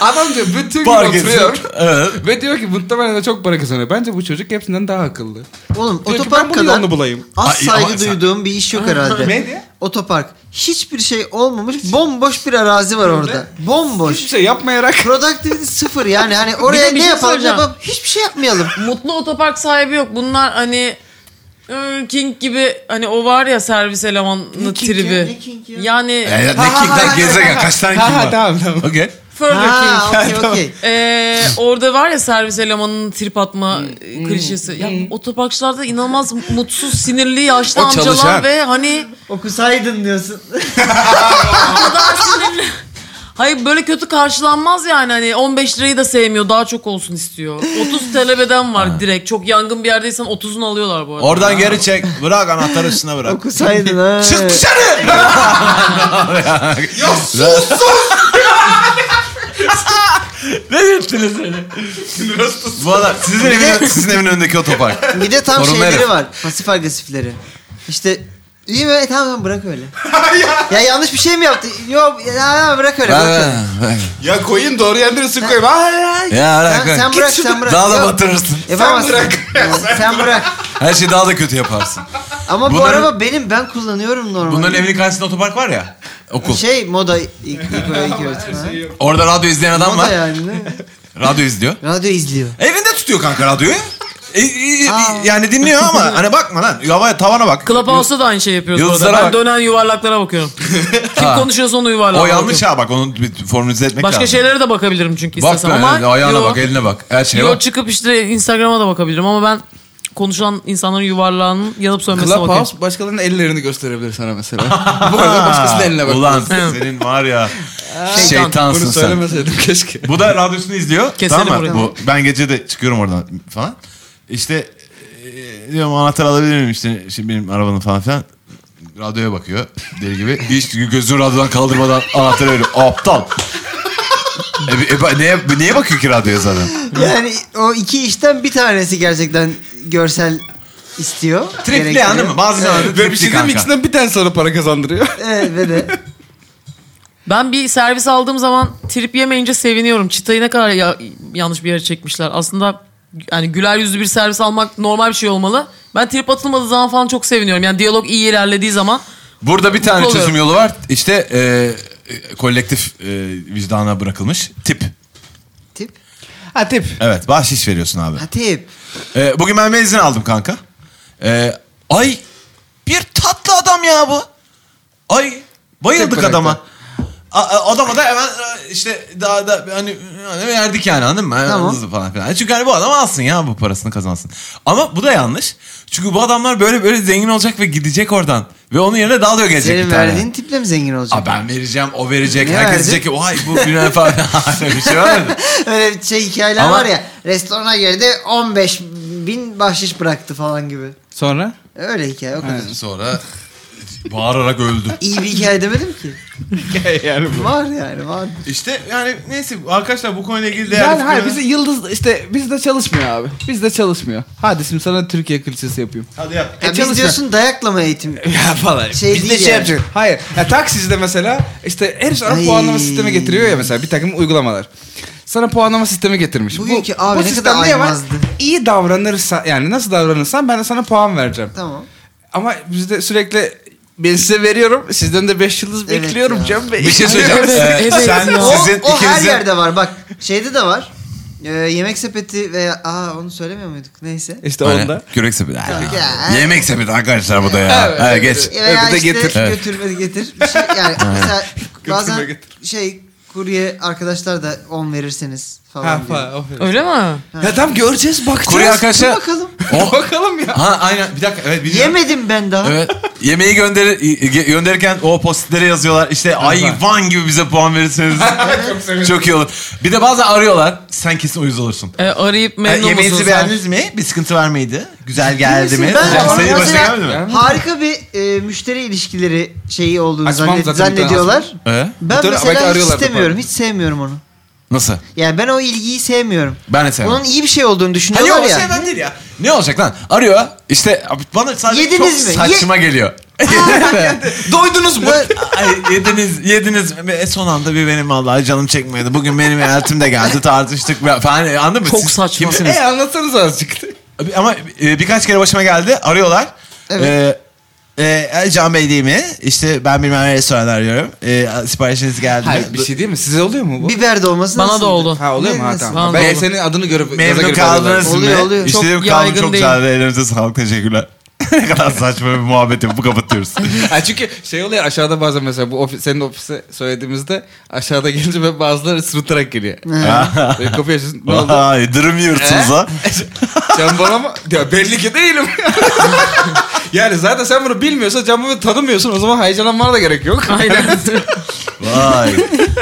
C: Adam diyor bütün gün
B: Park
C: oturuyor.
B: etsin. Evet.
C: Ve diyor ki muhtemelen de çok para kazanıyor. Bence bu çocuk hepsinden daha akıllı.
D: Oğlum
C: Diyor ki ben
D: otopark
C: bunun
D: kadar
C: yolunu bulayım.
D: az
B: Ay, ama
D: saygı
B: sen-
D: duyduğum bir iş yok herhalde.
C: Ne diye?
D: Otopark. Hiçbir şey olmamış bomboş bir arazi var orada. Bomboş.
C: Hiçbir şey yapmayarak
D: Productivity sıfır yani. Hani oraya
E: bir
D: ne
E: şey
D: yapalım ne
E: soracağım.
D: yapalım. Hiçbir şey yapmayalım.
E: Mutlu otopark sahibi yok. Bunlar hani e, King gibi hani o var ya servis elemanı
D: King ya,
E: tribi.
D: ne King ya?
E: Yani
B: Ya, ya, ne
C: ha,
B: kickler
C: ha,
B: gezegen kaç tane kim
C: ha, ha,
B: var?
C: tamam tamam.
B: Okey.
E: Further King.
D: Ha okey okey.
E: Ee, orada var ya servis elemanının trip atma
D: Hmm,
E: e, klişesi. Ya otoparkçılarda inanılmaz mutsuz, sinirli yaşlı
B: O
E: amcalar
B: çalışan.
E: ve hani
D: Okusaydın diyorsun.
E: daha sinirli. Hayır böyle kötü karşılanmaz yani hani 15 lirayı da sevmiyor daha çok olsun istiyor. 30 talebeden var direkt çok yangın bir yerdeysen 30'unu alıyorlar bu arada.
B: Oradan geri çek. Bırak anahtarı üstüne bırak.
D: Okusaydın ha.
B: Çık dışarı. ya sus sus. ne yaptınız öyle? Valla sizin evin, sizin evin önündeki otopark.
D: Bir de tam
B: Sorunlu
D: şeyleri
B: herif.
D: var. Pasif agresifleri. İşte iyi mi? E, tamam tamam, bırak öyle. ya yanlış bir şey mi yaptı? Yok ya, ya, bırak öyle. Bırak öyle.
C: Ya koyayım doğru yerlere su koyayım. Ay, ay.
B: Ya
D: Sen, sen bırak sen bırak.
B: Daha da
D: Yok,
B: batırırsın.
D: Yapamazsın.
C: Sen bırak.
D: Ya, sen bırak.
B: Her şeyi daha da kötü yaparsın.
D: Ama bu
B: Bunların-
D: araba benim ben kullanıyorum normalde.
B: Bunların evinin karşısında otopark var ya. Okul.
D: Şey moda ilk, ilk böyle ilk öğretim. ha.
B: Orada radyo izleyen adam
D: Moda
C: şey
B: var.
D: yani. ne?
B: Radyo izliyor.
D: Radyo izliyor.
B: Evinde tutuyor kanka radyoyu. E, e, e,
D: Aa.
B: yani dinliyor ama hani bakma lan. Yava tavana bak.
E: Clubhouse'da da aynı şey yapıyoruz.
B: Yıldızlara
E: orada. Ben
B: bak.
E: dönen yuvarlaklara bakıyorum. Kim
B: Ha.
E: konuşuyorsa onu yuvarlağa
B: O
E: bakıyorum.
B: yanlış ha bak onu bir formülize etmek
E: Başka
B: lazım.
E: şeylere de bakabilirim çünkü
B: Bak
E: istesem
B: be,
E: ama.
B: yani ayağına
E: yo-
B: bak, eline bak. Her şeye
E: yo
B: bak.
E: çıkıp işte Instagram'a da bakabilirim ama ben konuşan insanların yuvarlağının yanıp sönmesine bakıyorum.
C: Clubhouse başkalarının ellerini gösterebilir sana mesela. bu arada başkasının eline bak.
B: Ulan
E: Evet.
B: senin var ya
E: Şeytan.
B: şeytansın
C: Bunu
B: sen.
C: söylemeseydim keşke.
B: Bu da radyosunu izliyor.
E: Keselim
B: tamam
E: burayı.
B: mı? Bu, ben gece de çıkıyorum oradan falan. İşte e, diyorum anahtar alabilir miyim işte şimdi benim arabanın falan filan. Radyoya bakıyor deli gibi. Hiç gözünü radyodan kaldırmadan anahtarı veriyor. Aptal. E, e, ba- neye, neye bakıyor ki radyoya zaten?
D: Yani o iki işten bir tanesi gerçekten görsel istiyor. gerektiriyor.
B: Bazı insanlarda
C: Ve bir şey değil mi? İkisinden bir tane sana para kazandırıyor.
D: Evet ve de.
E: Ben bir servis aldığım zaman trip yemeyince seviniyorum. Çıtayı ne kadar ya- yanlış bir yere çekmişler. Aslında yani güler yüzlü bir servis almak normal bir şey olmalı. Ben trip atılmadığı zaman falan çok seviniyorum. Yani diyalog iyi ilerlediği zaman.
B: Burada bir tane
E: Mutlu
B: çözüm
E: oluyorum.
B: yolu var. İşte e, e, kolektif e, vicdana bırakılmış tip.
D: Tip.
C: ha tip.
B: Evet bahşiş veriyorsun abi.
D: Ha tip.
B: E, bugün ben benzin aldım kanka. E, ay bir tatlı adam ya bu. Ay
C: Tek
B: bayıldık
C: bıraktı.
B: adama. A- a- adama da hemen e, işte daha da hani hani verdik yani anladın mı?
D: Tamam.
B: Hızlı falan filan. Çünkü hani bu adam alsın ya bu parasını kazansın. Ama bu da yanlış. Çünkü bu adamlar böyle böyle zengin olacak ve gidecek oradan. Ve onun yerine daha da gelecek
D: Senin
B: bir tane.
D: verdiğin tiple mi zengin olacak?
B: Aa, ben vereceğim, o verecek.
D: Ne
B: Herkes
D: verdin?
B: diyecek ki vay bu bilmem falan. Öyle bir şey var mı?
D: Öyle bir şey hikayeler
B: Ama-
D: var ya. Restorana girdi 15 bin bahşiş bıraktı falan gibi.
C: Sonra?
D: Öyle hikaye o kadar.
B: Sonra bağırarak öldü.
D: İyi bir hikaye demedim ki.
C: yani bu.
D: Var yani var.
B: İşte yani neyse arkadaşlar bu konuyla ilgili değerli
C: Yani hayır
B: fikirler-
C: bizi yıldız işte bizde çalışmıyor abi. Bizde çalışmıyor. Hadi şimdi sana Türkiye klişesi yapayım. E,
B: Hadi yap.
D: Ya biz
C: çalışma.
D: diyorsun dayaklama eğitim.
C: Ya falan.
D: Şey
C: Bizde
D: değil
C: şey
D: yani.
C: yapacak. Hayır. Ya taksicide mesela işte her iş
D: Ay.
C: puanlama sistemi getiriyor ya mesela bir takım uygulamalar. sana puanlama sistemi getirmiş.
D: Bugünkü abi ne
C: sistemde
D: kadar
C: ya var,
D: aymazdı.
C: İyi davranırsa yani nasıl davranırsan ben de sana puan vereceğim.
D: Tamam.
C: Ama bizde sürekli ben size veriyorum. Sizden de 5 yıldız
D: Evet
C: bekliyorum
D: ya.
C: Cem Bey.
B: Bir şey söyleyeceğim.
E: Evet,
B: Ee,
E: evet.
B: sen
E: O-
D: O,
B: sizin
D: o her
B: ikinizin
D: yerde var bak. Şeyde de var. Ee, yemek sepeti veya aa onu söylemiyor muyduk? Neyse.
C: İşte
B: Aynen.
C: onda.
B: Kürek sepeti. Ay,
D: Yok ya.
B: Yemek sepeti arkadaşlar bu da ya.
C: Evet.
B: Ha, geç.
D: Ya E, Veya
C: Öbürü de
D: işte
C: getir.
B: Evet.
D: götürme getir. Bir şey, yani mesela bazen
C: getir.
D: şey kurye arkadaşlar da 10 verirseniz falan.
C: Ha,
D: diyor.
C: fa, Şey- aferin.
E: Öyle mi?
C: Ya tam göreceğiz bakacağız.
B: Kurye
D: Dur
B: arkadaşa...
D: bakalım.
B: O-
C: Bakalım ya.
B: Oh. ha aynen bir dakika evet biliyorum.
D: Yemedim ben daha.
B: Evet. Yemeği gönder gönderirken o postitlere yazıyorlar. İşte hayvan gibi bize puan verirseniz çok iyi olur. Bir de bazen arıyorlar. Sen kesin uyuz olursun.
E: E, arayıp memnun
B: Ha,
E: musun? sen?
B: mi? Bir sıkıntı var mıydı? Güzel geldi mi?
D: Ben
B: Sen-
D: onu
B: Sayı başına
D: mesela-
B: gelmedi mi?
D: Harika bir e, müşteri ilişkileri şeyi olduğunu
C: Açmam
D: zannet-
C: zaten bir tane
D: zannediyorlar.
B: Ee?
D: Ben
C: Bütün- belki
D: mesela hiç
C: arıyorlar da
D: istemiyorum. Hiç sevmiyorum onu.
B: Nasıl?
D: Yani ben o ilgiyi sevmiyorum.
B: Ben de sevmem.
D: Onun iyi bir şey olduğunu
B: Hani
D: düşünüyorlar
B: o
D: ya.
B: şeyden değil ya. Ne olacak lan? Arıyor. İşte abi bana sadece
D: Yediniz
B: çok
D: mi?
B: saçma geliyor.
C: Doydunuz mu?
B: Ay, yediniz, yediniz. E, son anda bir benim vallahi canım çekmedi. Bugün benim eltim de geldi tartıştık falan. E, Anladın mı?
E: Çok
B: Siz
E: saçma.
B: kimsiniz?
C: e anlatsanız azıcık.
B: Abi Ama e, birkaç kere başıma geldi. Arıyorlar.
D: Evet.
B: Ee, e, Ali Can Bey değil mi? İşte ben bilmem ne restoran arıyorum. Ee, siparişiniz geldi.
C: Hayır bir şey değil mi? Size oluyor mu bu?
D: Biber dolması
E: Bana
D: nasıl?
E: da oldu.
C: Ha oluyor mu? Ha,
D: Neresi?
C: tamam.
E: Bana da
C: Ben
E: oldu.
C: senin adını görüp gaza
B: Memnun
C: gelip
B: kaldınız mı?
C: arıyorlar.
D: Oluyor, oluyor.
B: İşte
E: Çok
B: dedim,
E: yaygın
B: çok
E: değil.
B: güzeldi. Ellerinize sağlık. Teşekkürler. ne kadar saçma bir muhabbeti bu kapatıyoruz.
C: Ha, çünkü şey oluyor aşağıda bazen mesela bu ofis, senin ofise söylediğimizde aşağıda gelince ben bazıları sırıtarak geliyor. Böyle kapıyı açıyorsun. Ne oldu?
B: Ay dırım yiyorsunuz
C: Ee?
B: ha.
C: Can bana mı? Ya belli ki değilim. yani zaten sen bunu bilmiyorsan Can bunu tanımıyorsun. O zaman heyecanlanmana da gerek yok.
E: Aynen.
B: Vay.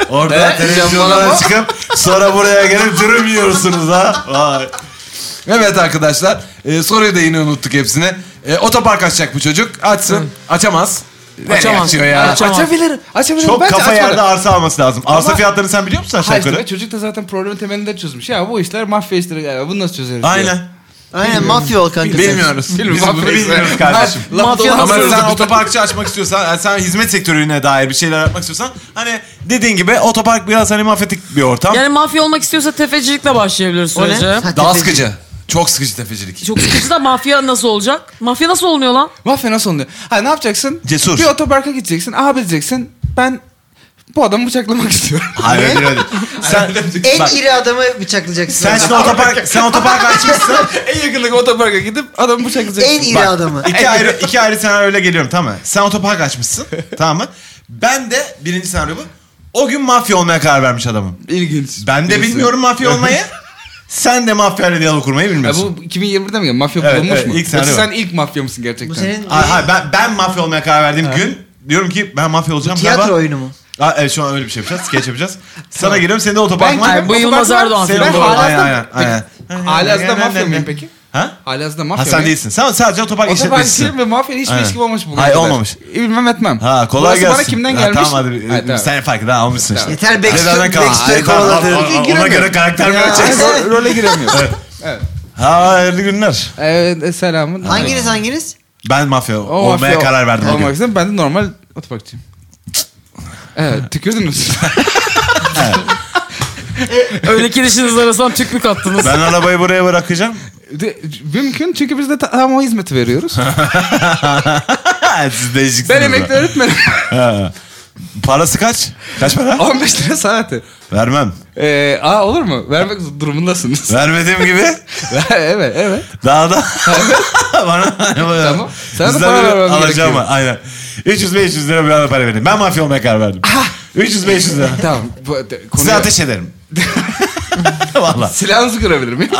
B: Orada
C: Ee,
B: televizyondan
C: cambalama.
B: çıkıp sonra buraya gelip dürüm yiyorsunuz ha. Vay. Evet arkadaşlar e, soruyu da yine unuttuk hepsini. E, otopark açacak bu çocuk. Açsın. Açamaz. Nereye
E: Açamaz.
B: açıyor ya?
E: Açamaz.
C: Açabilir. Açabilir.
B: Çok
C: Bence
B: kafa
C: açmadı.
B: yerde arsa alması lazım. Arsa
C: Ama-
B: fiyatlarını sen biliyor musun aşağı
C: Ha işte
B: yukarı?
C: ve çocuk da zaten problemin temelinde çözmüş. Ya bu işler mafya işleri galiba. Bunu nasıl çözeriz?
B: Aynen.
D: Aynen mafya ol kanka. sen.
B: Bilmiyoruz.
C: Bilmiyorum,
B: Biz bunu
C: mafya işleri.
B: bilmiyoruz kardeşim.
C: Ha, laf
E: Mafya
B: Ama
C: dolandırıyoruz.
B: sen otoparkçı açmak istiyorsan, yani sen hizmet sektörüne dair bir şeyler yapmak istiyorsan hani dediğin gibi otopark biraz hani mafetik bir ortam.
E: yani mafya olmak istiyorsa tefecilikle başlayabilir
D: O ne?
E: sürece.
D: Ha,
B: Daha
D: tefeci.
B: sıkıcı. Çok sıkıcı tefecilik.
E: Çok sıkıcı da mafya nasıl olacak? Mafya nasıl olunuyor lan?
C: Mafya nasıl oluyor? Ha ne yapacaksın?
B: Cesur.
C: Bir otoparka gideceksin. Abi diyeceksin. Ben bu adamı bıçaklamak istiyorum.
B: Hayır öyle öyle. Sen,
D: En
B: bak,
D: iri adamı bıçaklayacaksın.
B: sen şimdi otopark, sen otopark açmışsın.
C: en yakındaki otoparka gidip adamı bıçaklayacaksın.
D: en iri adamı.
B: İki ayrı, iki ayrı senaryoyla geliyorum tamam mı? Sen otopark açmışsın tamam mı? Ben de birinci senaryo bu. O gün mafya olmaya karar vermiş adamım.
C: İlginç.
B: Ben de
C: Birisi.
B: bilmiyorum mafya olmayı. Sen de mafyayla diyalog kurmayı
C: Ya
B: bilmiyorsun.
C: bu 2020'de mi? Mafya
B: Evet,
C: bulunmuş
B: evet,
C: mu?
B: ilk
C: Yoksa
B: senaryo.
C: sen ilk mafya mısın gerçekten?
D: Bu senin
B: Hayır, hayır, ben, ben mafya olmaya karar verdiğim gün diyorum ki ben mafya olacağım.
D: tiyatro
B: galiba-
D: oyunu mu?
B: Aa, evet şu an öyle bir şey yapacağız. Skeç yapacağız. Sana giriyorum seni de otopark
C: Ben-
E: Ay, bu
C: otopark
E: Yılmaz
C: var.
E: Erdoğan
B: Sen-
E: filmi
C: Ben
E: bu arada.
B: Aynen, aynen, aynen.
C: Halihazırda mafya mıyım peki?
B: Ha?
C: Halihazırda
B: Ha
C: mafya
B: sen
C: mıyım?
B: değilsin. Sen sadece otopark
C: Otopark
B: işletmecisin.
C: işim ve mafya hiçbir
B: Aynen.
C: ilişkim olmamış bu.
B: Hayır, olmamış.
C: Bilmem etmem.
B: Ha kolay
C: Burası
B: gelsin.
C: bana kimden
B: Ha,
C: gelmiş?
B: Tamam hadi.
C: Ha, tamam.
B: Sen farkı daha almışsın işte.
D: Yeter Backstreet-
B: Neden kalan?
D: Backstreet
B: Ay, tamam,
D: kovaladı.
B: tamam, tamam. Ona
C: Giremiyor.
B: göre karakter mi
C: Aynen,
B: ölçeceksin?
C: ro- role giremiyor.
B: Ha hayırlı günler.
C: Evet, e, selamın.
D: Hanginiz hanginiz?
B: Ben mafya
C: O
B: olmaya
C: mafya
B: karar verdim o
C: Olmak
B: gün.
C: istedim. Ben de normal otoparkçıyım. Evet, tükürdünüz.
E: Öyle ki dişiniz arasından tük mü kattınız?
B: Ben arabayı buraya bırakacağım.
C: De- mümkün çünkü biz de ta- tam o hizmeti veriyoruz.
B: Siz değişiksiniz.
C: ben
B: lan.
C: emekli öğretmenim.
B: Ha. Parası kaç? Kaç para?
C: 15 lira saati.
B: Vermem.
C: Ee, aa olur mu? Vermek durumundasınız.
B: Vermediğim gibi
C: evet, evet.
B: daha da bana tamam.
C: Sana da para vermem
B: alacağım.
C: gerekiyor.
B: Aynen. 300-500 lira bir anda para vereyim. Ben mafya olmaya karar verdim. 300-500 lira.
C: Tamam. Bu, de,
B: Size
C: konuya-
B: ateş ederim. Valla.
C: Silahınızı görebilir miyim?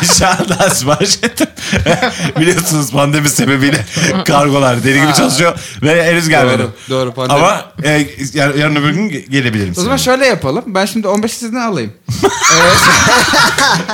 B: Aşağıda sipariş ettim. Biliyorsunuz pandemi sebebiyle kargolar deli gibi çalışıyor ve henüz gelmedi.
C: Doğru, doğru, pandemi.
B: Ama e, yar- yarın öbür gün ge- gelebilirim.
C: O zaman şöyle yapalım. Ben şimdi 15 sizden alayım.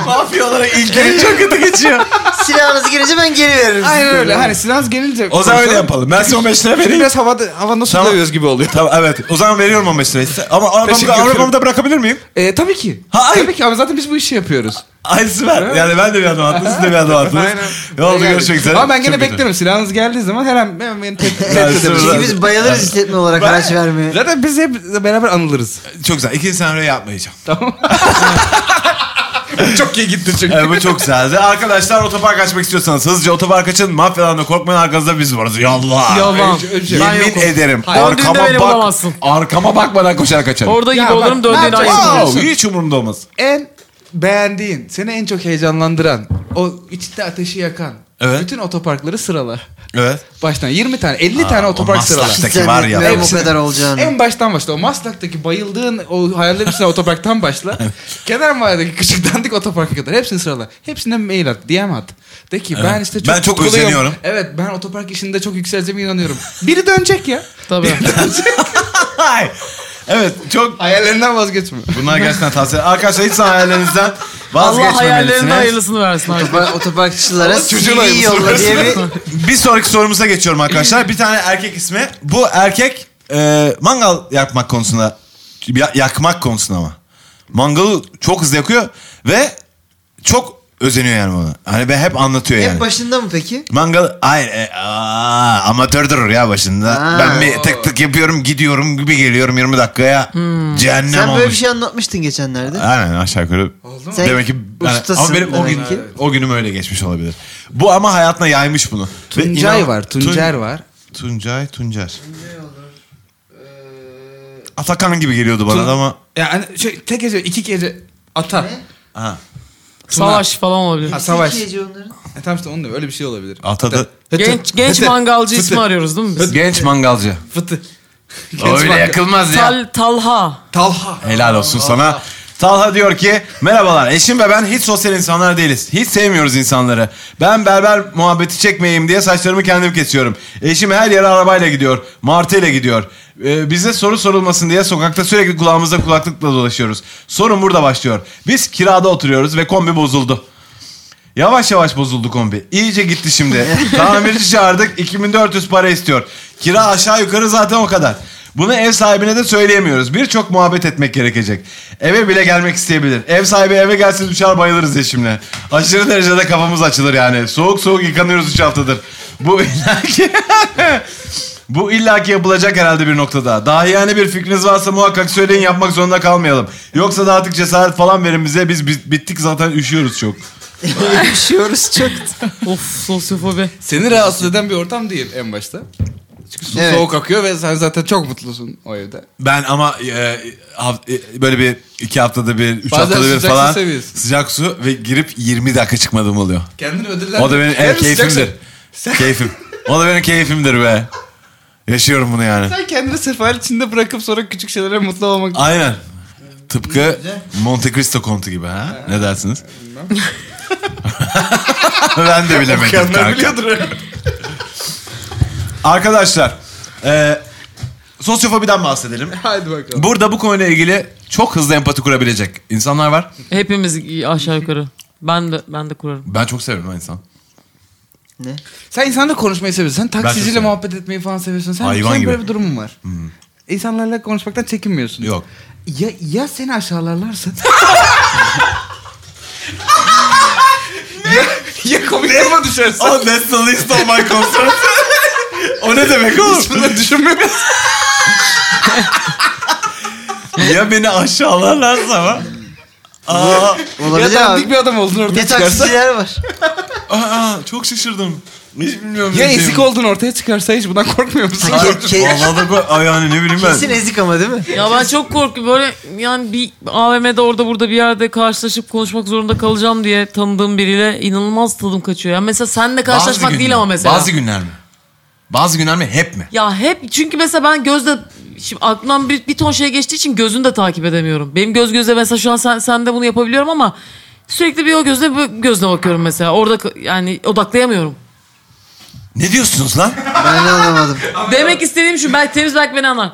B: mafya olarak ilgili çok kötü geçiyor.
D: Silahınızı girince ben geri veririm.
C: Aynen
D: size.
C: öyle. Hani silahınız gelince...
B: O zaman öyle
C: konuşalım.
B: yapalım. Ben size 15 lira vereyim.
C: Biraz havada, havada su dövüyoruz gibi oluyor.
B: Tamam evet. O zaman veriyorum 15 lirayı. size. Ama arabamı da,
C: Teşekkür ederim.
B: arabamı da bırakabilir miyim?
C: Ee, tabii ki.
B: Ha, ay.
C: tabii ki abi zaten biz bu işi yapıyoruz.
B: Ay süper. Yani ben de bir adım attım, siz de bir adım attınız.
C: Aynen.
B: Ne oldu görüşmek üzere.
C: Ama ben gene
B: Çok kötü.
C: beklerim. Silahınız geldiği zaman her an hemen beni tehdit tehdit
B: Yani
C: edebilirsiniz.
B: sonra-
D: Çünkü biz bayılırız işletme olarak araç vermeye.
C: Zaten biz hep beraber anılırız.
B: Çok güzel. İkinci senaryo yapmayacağım.
C: Çok iyi gitti çünkü.
B: Evet, bu çok güzeldi. Arkadaşlar otopark açmak istiyorsanız hızlıca otopark açın. Mafyadan da korkmayın arkanızda biz varız. Yallah.
E: Yalan.
B: Yemin ederim.
E: Hayır. Döndüğünde
B: Arkama
E: beni
B: bak.
E: bulamazsın.
B: Arkama bakmadan koşarak kaçarım.
E: Orada
C: Ya
E: gibi
C: bak,
E: olurum
C: ne
E: döndüğünü
C: yapacağız?
E: aynısını.
B: Wow, hiç umurumda olmaz.
C: En beğendiğin, seni en çok heyecanlandıran, o içte ateşi yakan
B: Evet.
C: bütün otoparkları sırala.
B: Evet.
C: Baştan 20 tane, 50 tane
B: Aa,
C: otopark
B: o
C: sırala.
B: Maslak'taki
D: Hiç
B: var ya.
D: zannetmiyorum o kadar olacağını.
C: En baştan başla. O Maslak'taki bayıldığın o hayallerin üstüne otoparktan başla. Kenar mahalledeki küçük dandik otoparka kadar. Hepsini sırala. Hepsine mail at. DM at. De ki ben işte çok
B: Ben çok
C: tutkulu-
B: özeniyorum.
C: Evet ben otopark işinde çok yükseleceğime inanıyorum. Biri dönecek ya.
E: Tabii.
B: Ay. evet çok.
C: Hayallerinden vazgeçme.
B: Bunlar gerçekten tavsiye. Arkadaşlar hiç hayallerinizden
E: Allah
B: vazgeçmemelisiniz.
E: hayallerinde hayırlısını versin. abi.
D: Otopark- Otoparkçılara
B: çocuğun
D: CV
B: ayıbısı
D: yolla
B: burası.
D: diye bir...
B: bir sonraki sorumuza geçiyorum arkadaşlar. Bir tane erkek ismi. Bu erkek e, mangal yakmak konusunda ya- yakmak konusunda ama. Mangalı çok hızlı yakıyor ve çok özeniyor yani buna. Hani ben hep anlatıyor yani.
D: Hep başında mı peki?
B: Mangal hayır e, aa, amatör durur ya başında.
D: Ha.
B: Ben bir tık tık yapıyorum gidiyorum gibi geliyorum 20 dakikaya. Cehennem
D: Hmm. Sen
B: olmuş.
D: böyle bir şey anlatmıştın geçenlerde.
B: Aynen aşağı yukarı.
C: Oldu mu?
D: Sen
B: demek ki yani-
D: ustasın
B: ama benim o
D: demek
B: gün
D: ki.
B: o günüm öyle geçmiş olabilir. Bu ama hayatına yaymış bunu. Ve
C: Tuncay
B: inan-
C: var.
B: Tun-
C: Tuncer var.
B: Tuncay, Tuncer. Atakan gibi geliyordu bana da ama.
C: Yani şey, tek gece iki gece ata.
B: Ha.
E: Savaş falan olabilir.
C: Ha, savaş.
D: Peki Ece onların.
C: E, tamam işte onun da öyle bir şey olabilir.
B: Atada
E: Genç, genç mangalcı ismi arıyoruz değil mi biz?
B: genç mangalcı.
C: Fıtı.
B: Öyle yakılmaz ya.
E: Tal, Talha.
C: Talha.
B: Helal olsun sana. Talha diyor ki merhabalar eşim ve ben hiç sosyal insanlar değiliz. Hiç sevmiyoruz insanları. Ben berber muhabbeti çekmeyeyim diye saçlarımı kendim kesiyorum. Eşim her yere arabayla gidiyor. Martı ile gidiyor. Ee, bize soru sorulmasın diye sokakta sürekli kulağımızda kulaklıkla dolaşıyoruz. Sorun burada başlıyor. Biz kirada oturuyoruz ve kombi bozuldu. Yavaş yavaş bozuldu kombi. İyice gitti şimdi. Tamirci çağırdık. 2400 para istiyor. Kira aşağı yukarı zaten o kadar. Bunu ev sahibine de söyleyemiyoruz. Birçok muhabbet etmek gerekecek. Eve bile gelmek isteyebilir. Ev sahibi eve gelsin uçar bayılırız eşimle. Aşırı derecede kafamız açılır yani. Soğuk soğuk yıkanıyoruz 3 haftadır. Bu illaki... Bu illaki yapılacak herhalde bir noktada. Daha yani bir fikriniz varsa muhakkak söyleyin yapmak zorunda kalmayalım. Yoksa da artık cesaret falan verin bize. Biz bit- bittik zaten üşüyoruz çok.
D: Üşüyoruz çok.
E: Of sosyofobi.
C: Seni rahatsız eden bir ortam değil en başta. Çünkü su
D: Evet.
C: soğuk akıyor ve sen zaten çok mutlusun o evde.
B: Ben ama e, haft- e, böyle bir iki haftada bir, üç
C: Bazen
B: haftada bir
C: sıcak su
B: falan
C: seviyorsun.
B: sıcak su ve girip 20 dakika çıkmadığım oluyor.
C: Kendini ödüllendir.
B: O da benim en
C: Hem sıcak şey-
B: keyfimdir.
C: su- Sen,
B: Keyfim. O da benim keyfimdir be. Yaşıyorum bunu yani.
C: sen kendini sefalet içinde bırakıp sonra küçük şeylere mutlu olmak.
B: Aynen. Tıpkı Monte Cristo kontu gibi ha. Ne dersiniz? ben de bilemedim
C: Okuyanlar
B: kanka.
C: biliyordur.
B: Arkadaşlar. E, sosyofobiden bahsedelim.
C: Haydi bakalım.
B: Burada bu konuyla ilgili çok hızlı empati kurabilecek insanlar var.
E: Hepimiz aşağı yukarı. Ben de ben de kurarım.
B: Ben çok severim o insan.
D: Ne?
C: Sen insanla konuşmayı seviyorsun. Sen taksiciyle
B: seviyorum.
C: muhabbet etmeyi falan seviyorsun. Sen,
B: Hayvan
C: senin
B: gibi. Hmm.
C: böyle bir durumun var. İnsanlarla konuşmaktan çekinmiyorsun.
B: Yok.
C: Ya, ya seni aşağılarlarsa? ya, ya komiklerime düşersin.
B: Oh, that's the list of my concerns. o ne demek oğlum?
C: Bunu düşünmüyorum.
B: ya beni aşağılarlarsa ama. Aa,
C: Ya
D: Olabilir
C: dandik
D: abi.
C: bir adam oldun ortaya
D: Ne
C: çıkarsa.
D: taksiciler var.
B: aa, çok şaşırdım. Hiç bilmiyorum.
C: Ya
B: ne
C: ezik
B: diyeyim.
C: oldun ortaya çıkarsa hiç bundan korkmuyor musun?
D: Hayır.
B: Vallahi da ko- Ay yani ne bileyim ben.
D: Kesin ezik ama değil mi?
E: Ya ben çok korkuyorum. Böyle yani bir AVM'de orada burada bir yerde karşılaşıp konuşmak zorunda kalacağım diye tanıdığım biriyle inanılmaz tadım kaçıyor. Yani mesela senle karşılaşmak
B: Bazı
E: değil
B: günler-
E: ama mesela.
B: Bazı günler mi? Bazı günler mi? Hep mi?
E: Ya hep çünkü mesela ben gözle şimdi aklımdan bir, bir ton şey geçtiği için gözünü de takip edemiyorum. Benim göz göze mesela şu an sen, sen de bunu yapabiliyorum ama sürekli bir o gözle bu gözle bakıyorum mesela. Orada k- yani odaklayamıyorum.
B: Ne diyorsunuz lan?
D: Ben de anlamadım.
E: Demek istediğim şu belki temiz belki beni anlar.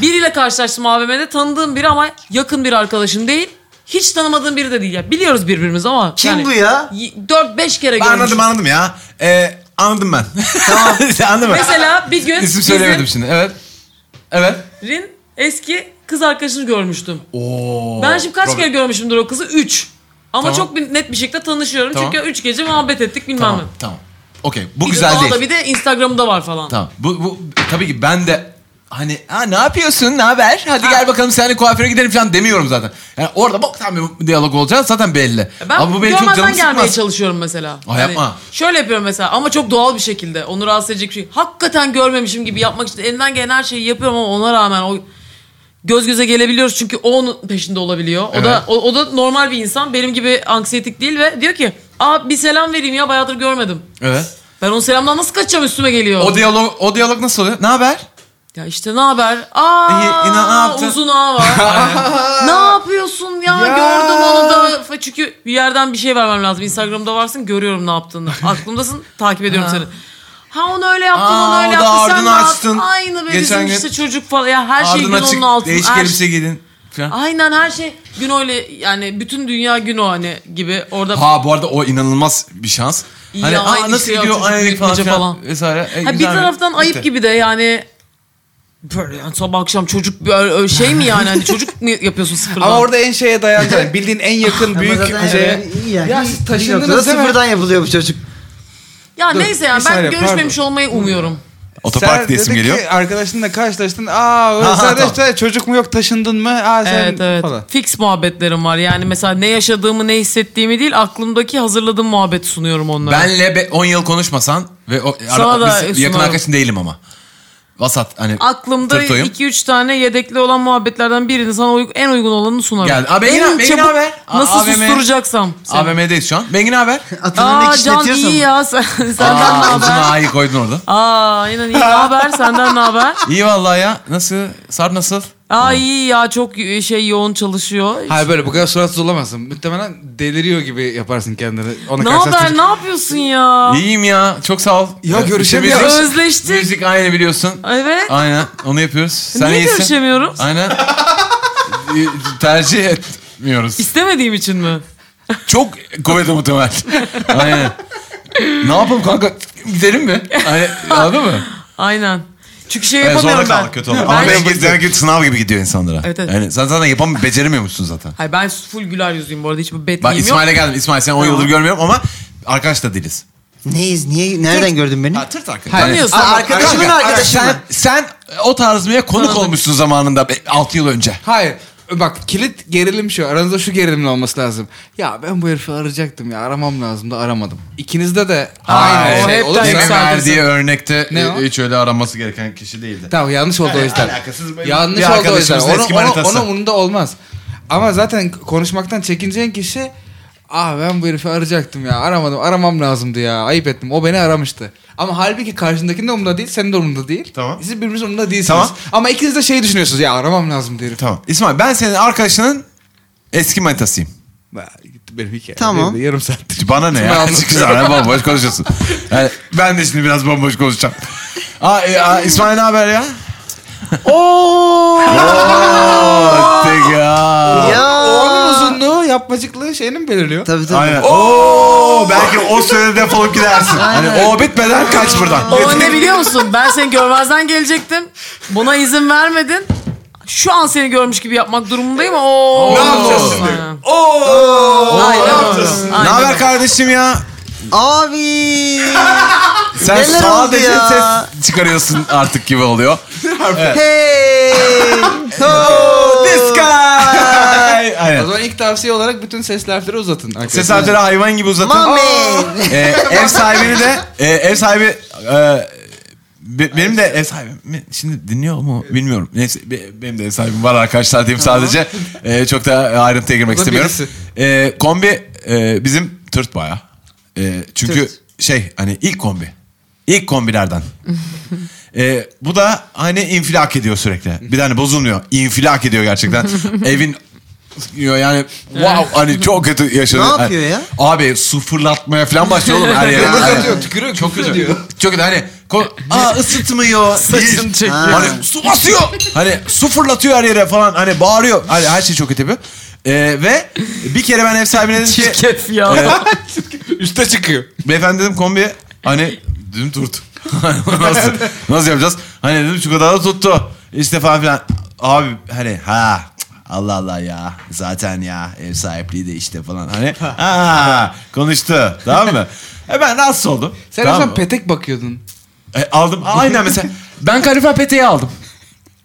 E: Biriyle karşılaştım AVM'de tanıdığım biri ama yakın bir arkadaşım değil. Hiç tanımadığım biri de değil. Ya biliyoruz birbirimizi ama.
D: Kim bu ya?
E: 4-5 kere
B: Ben
E: görmüşüz.
B: anladım anladım ya. Ee, anladım ben. Tamam. anladım ben.
E: Mesela bir gün
B: İsim söylemedim şimdi. Evet. Evet.
E: bizimrin eski kız arkadaşını görmüştüm. ben şimdi kaç kere görmüşümdür o kızı? 3. Ama
B: Tamam.
E: çok bir- net bir şekilde tanışıyorum.
B: Tamam.
E: Çünkü üç gece muhabbet ettik bilmem
B: Tamam
E: ne.
B: tamam. Okey bu
E: Bir de
B: güzel
E: daha
B: değil.
E: da bir de Instagram'da var falan.
B: Tamam. Bu, bu tabii ki ben de hani ha ne yapıyorsun ne haber hadi gel bakalım seninle kuaföre gidelim falan demiyorum zaten. Yani orada boktan bir diyalog olacağı zaten belli.
E: E Ben
B: Ama bu benim çok
E: görmezden
B: canımı
E: gelmeye
B: sıkmaz.
E: çalışıyorum mesela. Hani
B: Aa, yapma.
E: Şöyle yapıyorum mesela ama çok doğal bir şekilde. Onu rahatsız edecek bir şey. Hakikaten görmemişim gibi yapmak için elimden gelen her şeyi yapıyorum ama ona rağmen o göz göze gelebiliyoruz çünkü o onun peşinde olabiliyor. O
B: Evet.
E: da o, o da normal bir insan. Benim gibi anksiyetik değil ve diyor ki "Aa bir selam vereyim ya bayağıdır görmedim."
B: Evet.
E: Ben onun selamdan nasıl kaçacağım üstüme geliyor.
B: O diyalog o diyalog nasıl oluyor? Ne haber?
E: ya işte ne haber? Aa
B: İyi, yine ne yaptın?
E: uzun ağ var. ne yapıyorsun
D: Ya.
E: ya? gördüm onu da. F- Çünkü bir yerden bir şey vermem lazım. Instagram'da varsın görüyorum ne yaptığını. Aklımdasın takip ediyorum seni. Ha onu öyle yaptın
B: Aa,
E: onu öyle
B: o da
E: yaptın. sen
B: ardını
E: ne yap-
B: açtın.
E: Aynı be
B: Geçen
E: bizim
B: gün-
E: işte çocuk falan. Ya her şey gün
B: Ardına
E: onun altında.
B: değişik
E: Her- şey-
B: elbise giydin. falan.
E: Aynen her şey gün öyle yani bütün dünya gün o hani gibi orada
B: Ha bu arada o inanılmaz bir şans.
E: İyi
B: Hani
E: ya,
B: aa,
E: aynı
B: nasıl
E: şey ya,
B: gidiyor
E: çocuk
B: aynen falan,
E: büyütmece
B: filan
E: falan.
B: vesaire. E,
E: Ha, bir
B: güzel mi?
E: taraftan
B: Bitti.
E: ayıp gibi de yani böyle yani sabah akşam çocuk böyle şey mi yani hani çocuk mu yapıyorsun sıfırdan?
C: Ama orada en şeye dayanacak. Bildiğin en yakın büyük şey-
D: Ramazan'da
C: şeye.
D: yani iyi yani.
C: Ya
D: İyi-
C: siz
D: iyi
C: taşındınız
D: noktada
C: değil mi?
D: sıfırdan yapılıyor bu çocuk.
E: ya
C: Dur,
E: neyse yani
C: bir
E: ben
C: saniye,
E: görüşmemiş olmayı umuyorum.
B: Otopark diyesim
C: dedin
B: geliyor.
C: Ki, arkadaşınla karşılaştın. Aa
B: Ha,
C: sen de
B: tamam.
C: işte çocuk mu yok taşındın mı? Aa sen
E: evet evet.
C: falan.
E: Fix muhabbetlerim var. Yani mesela ne yaşadığımı ne hissettiğimi değil aklımdaki hazırladığım muhabbeti sunuyorum onlara.
B: Benle be- 10 yıl konuşmasan ve o,
E: Sana
B: ara-
E: da
B: biz, yakın
E: sunarım.
B: arkadaşın değilim ama. Vasat hani
E: Aklımda
B: tırtoyum.
E: 2-3 tane yedekli olan muhabbetlerden birini sana uy- en uygun olanını sunarım.
B: Geldi. Aa, Bengin
E: en
B: abi, Bengin
E: çabuk
B: abi. Aa,
E: nasıl
B: AVM.
E: susturacaksam. seni.
B: AVM'deyiz şu an. Bengi ne haber?
D: Atını ne
E: Aa Can
D: kişnetiyorsa
E: iyi
D: mı?
E: ya sen, senden ne
B: Aa,
E: haber?
B: ağzına A'yı koydun orada.
E: Aa aynen iyi ne haber senden ne haber?
B: İyi vallahi ya. Nasıl? Sar nasıl?
E: Aa iyi ya çok şey yoğun çalışıyor.
C: Hayır böyle bu kadar suratsız olamazsın. Muhtemelen deliriyor gibi yaparsın kendini. Ona
E: ne
C: karşı
E: haber ne yapıyorsun ya?
B: İyiyim ya. Çok sağ ol.
C: Ya,
B: Ee,
C: görüşemiyoruz.
B: işte müzik-
E: Özleştik.
B: Müzik aynı biliyorsun.
E: Evet.
B: Aynen. Onu yapıyoruz. Sen
E: Niye
B: iyisin.
E: görüşemiyoruz?
B: Aynen. Ee, Tercih etmiyoruz.
E: İstemediğim için mi?
B: Çok kuvvetli muhtemel. Aynen. Ne yapalım kanka? Gidelim mi? Hani, anladın mı?
E: Aynen. Çünkü şey yapamıyorum ben.
B: Ama
E: Ben- şey-
B: ben gidiyor, sınav gibi gidiyor insanlara.
E: Evet, evet.
B: Yani sen zaten yapamıyorsun, beceremiyormuşsun zaten.
E: Hayır ben full güler yüzlüyüm bu arada hiç bu
B: Bak
E: betliyim yok.
B: İsmail'e geldim. İsmail sen 10 yıldır görmüyorum ama arkadaş da değiliz.
D: Neyiz? Niye? Nereden gördün beni?
B: Ha, Tırt arkadaş.
C: Hayır.
E: Tanıyorsun.
B: Aa,
D: Arkadaşımın
B: kanka,
D: arkadaşı
B: sen,
D: mı?
B: sen o tarz konuk
E: Tanıdık.
B: olmuşsun zamanında 6 yıl önce.
C: Hayır. Bak kilit gerilim şu. Aranızda şu gerilimin olması lazım. Ya ben bu herifi arayacaktım ya. Aramam lazım da aramadım. İkinizde de
E: Hayır,
C: aynı
E: o
C: şey
E: hep
C: olursa.
E: de-
B: Demin verdiği örnekte
C: Ne
B: e,
C: o?
B: hiç öyle aranması gereken kişi değildi.
C: Tamam yanlış oldu o yüzden.
B: alakasız böyle bir
C: Yanlış oldu o yüzden.
B: arkadaşımızın
C: Onun,
B: eski
C: onun,
B: manitası.
C: onun umurunda olmaz. Ama zaten konuşmaktan çekineceğin kişi Ah ben bu herifi arayacaktım ya. Aramadım. Aramam lazımdı ya. Ayıp ettim. O beni aramıştı. Ama halbuki karşındakinin de umurunda değil. Senin de umurunda değil.
B: Tamam.
C: Siz birbirinizin umurunda değilsiniz.
B: Tamam.
C: Ama ikiniz de şey düşünüyorsunuz. Ya aramam lazım herif.
B: Tamam. İsmail ben senin arkadaşının eski manitasıyım.
C: Ben- Gitti benim hikaye.
D: Tamam.
C: Benim de Yarım saattir.
B: Bana ne ya?
C: Tamam.
B: Çıkız ara bomboş konuşuyorsun. Yani ben de şimdi biraz bomboş konuşacağım. Aa, e, aa, İsmail ne haber ya? Oo! Tek ya.
D: Ya.
C: Onun uzunluğu yapmacıklığı şeyini mi belirliyor?
D: Tabii tabii.
B: Aynen. Oo! Belki o sürede defolup gidersin. Hani o bitmeden kaç buradan.
E: O ne biliyor musun? Ben seni görmezden gelecektim. Buna izin vermedin. Şu an seni görmüş gibi yapmak durumundayım. Oo.
B: Ne yapacağız şimdi?
E: Aynen. Aynen.
B: Ne
E: Aynen.
B: haber kardeşim ya?
D: Abi.
B: Sen
D: Neler
B: sadece
D: oldu ya?
B: ses çıkarıyorsun artık gibi oluyor.
D: Hey. Ho.
B: This guy.
C: O
B: Aynen.
C: zaman ilk tavsiye olarak bütün ses harfleri uzatın.
B: Ses harfleri hayvan gibi uzatın.
D: Mami.
B: Ee, ev sahibini de e, ev sahibi e, be- benim de ev sahibim mi- şimdi dinliyor mu bilmiyorum. Neyse be- benim de ev sahibim var arkadaşlar diyeyim sadece. E, çok da ayrıntıya girmek
C: O da
B: istemiyorum.
C: birisi.
B: E, kombi e, bizim tırt baya. E, çünkü şey hani ilk kombi. İlk kombilerden. E, bu da hani infilak ediyor sürekli. Bir tane bozulmuyor. İnfilak ediyor gerçekten. Evin yani wow hani çok kötü yaşadı.
D: Ne yapıyor ya?
B: Abi su fırlatmaya falan başlıyor oğlum her yere.
C: Kıpır
B: Aynen.
C: atıyor, tükürüyor,
B: Çok
C: küfür
B: kötü.
C: ediyor.
B: Çok kötü hani ko- Aa ısıtmıyor.
E: Saçını
B: Bir-
E: çekiyor.
B: Hani su basıyor. Hani su fırlatıyor her yere falan. Hani bağırıyor. Hani her şey çok kötü yapıyor. Ee, ve bir kere ben ev sahibine dedim ki
E: Çirkef ya.
C: Üste çıkıyor.
B: beyefendi dedim kombiye hani dedim tuttu. nasıl, nasıl yapacağız? Hani dedim şu kadar da tuttu. İşte falan filan. Abi hani ha cık, Allah Allah ya zaten ya ev sahipliği de işte falan hani ha konuştu tamam mı? E ben rahatsız oldum.
C: Sen
B: tamam
C: o zaman
B: mı?
C: petek bakıyordun.
B: E, aldım aynen mesela ben kalorifer peteği aldım.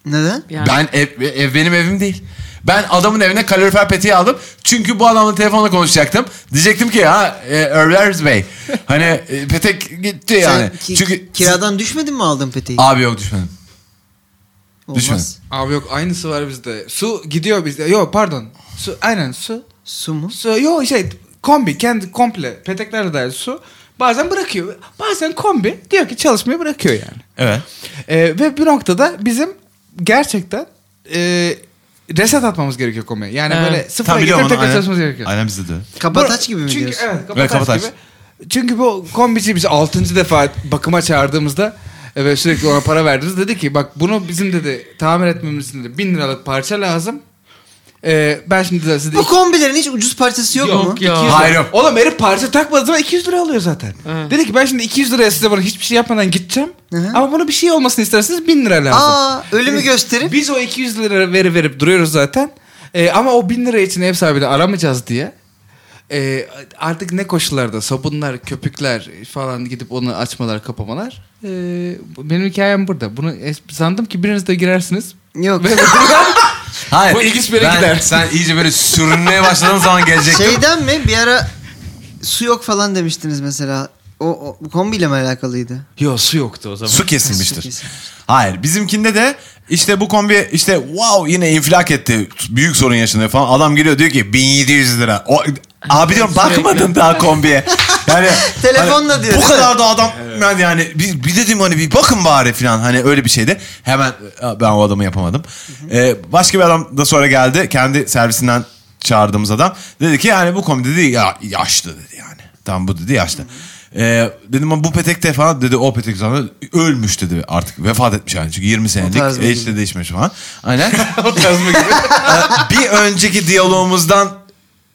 D: Neden?
E: Yani
B: Ben ev, ev benim evim değil. Ben adamın evine kalorifer peteği aldım. Çünkü bu adamla telefonla konuşacaktım. Diyecektim ki ha e, Örlers Bey. Hani e, petek gitti
C: Şey,
B: yani.
D: Sen ki-
B: Çünkü
D: kiradan düşmedin mi aldın peteği?
B: Abi yok düşmedim.
D: Olmaz.
B: düşmedim.
C: Abi yok aynısı var bizde. Su gidiyor bizde. Yok pardon. Su aynen su.
D: Su mu?
C: Su yok şey kombi kendi komple peteklerle dair su. Bazen bırakıyor. Bazen kombi diyor ki çalışmayı bırakıyor yani.
B: Evet.
C: Ee, ve bir noktada bizim gerçekten e, reset atmamam gerekiyor kombiye. Yani
E: Evet.
C: böyle sıfıra getirip tekrar çalışmamız gerekiyor.
B: Aynen bizde de.
D: Kapataç gibi mi
C: Çünkü,
D: diyorsun?
C: Evet,
B: Evet,
C: kapataç
B: kapataç.
C: gibi. Çünkü bu kombici biz 6. defa bakıma çağırdığımızda e, ve sürekli ona para verdiğimiz dedi ki bak bunu bizim dedi tamir etmemiz için dedi 1000 liralık parça lazım. E, ben şimdi de size
D: Bu kombilerin hiç ucuz parçası yok, mu?
E: Yok ya.
C: 200 lira-
B: Hayır, yok.
C: Oğlum herif parça takmadığı zaman 200 lira alıyor zaten.
E: Evet.
C: Dedi ki ben şimdi 200 liraya size bana hiçbir şey yapmadan gideceğim.
D: Hı hı.
C: Ama bunu bir şey olmasını isterseniz 1000 lira lazım.
D: Aa ölümü gösterin.
C: Biz o 200 lira veri verip duruyoruz zaten. Ee, ama o 1000 lira için ev sahibiyle aramayacağız diye. Ee, artık ne koşullarda sabunlar, köpükler falan gidip onu açmalar, kapamalar. Ee, bu- benim hikayem burada. Bunu es- sandım ki biriniz de girersiniz.
D: Yok.
B: Hayır.
C: Bu ilginç bir yere
B: ben-
C: gider. Şey
B: Sen iyice böyle sürünmeye başladığın zaman gelecektim.
D: Şeyden mi bir ara su yok falan demiştiniz mesela. O, o bu kombiyle mi alakalıydı?
C: Yok su yoktu o zaman.
B: Su kesilmiştir.
D: Su kesilmiştir.
B: Hayır bizimkinde de işte bu kombi işte wow yine infilak etti. Büyük sorun yaşanıyor falan. Adam geliyor diyor ki 1700 lira. O, abi diyorum bakmadın daha kombiye. Yani
D: Telefonla
B: hani
D: diyor,
B: Bu
D: değil
B: kadar da adam ben yani bir, bir dedim hani bir bakın bari falan hani öyle bir şeydi. Hemen "Aa, ben o adamı yapamadım. Ee, başka bir adam da sonra geldi. Kendi servisinden çağırdığımız adam. Dedi ki yani bu kombi dedi ya yaşlı dedi yani. Tam bu dedi yaşlı. Ee, dedim ama bu petekte falan dedi o petek zaten ölmüş dedi artık vefat etmiş yani çünkü 20 senelik
D: tarz mı
B: hiç de değişmiş falan. Aynen. Ee, bir önceki diyalogumuzdan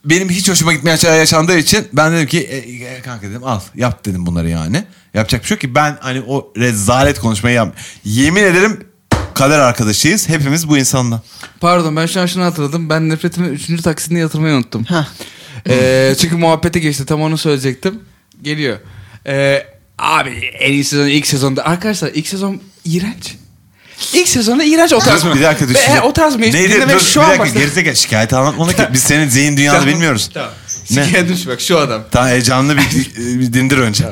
B: benim hiç hoşuma gitmeyen şeyler yaşandığı için ben dedim ki "E, e, kanka dedim al yap dedim bunları yani. Yapacak bir şey yok ki ben hani o rezalet konuşmayı yap. Yemin ederim kader arkadaşıyız hepimiz bu insanla.
C: Pardon ben şu an şunu hatırladım. Ben nefretimin 3. taksitini yatırmayı unuttum.
D: Hah.
C: Ee, çünkü muhabbete geçti. Tam onu söyleyecektim. Geliyor. Ee, abi en iyi sezon ilk sezonda. Arkadaşlar ilk sezon iğrenç. İlk sezonda iğrenç o tarz mı?
B: Bir dakika
C: Ve-
B: düşünce.
C: e, o tarz mı? Hiç dinlemek
B: dur,
C: şu
B: bir
C: an
B: dakika
C: başladı.
B: gerizekalı şikayeti anlatmadık ki. Biz senin zihin dünyanı
C: Tamam,
B: bilmiyoruz.
C: Tamam.
B: Ne?
C: Şikayet şu bak şu adam.
B: Tamam heyecanlı bir, bir dindir önce.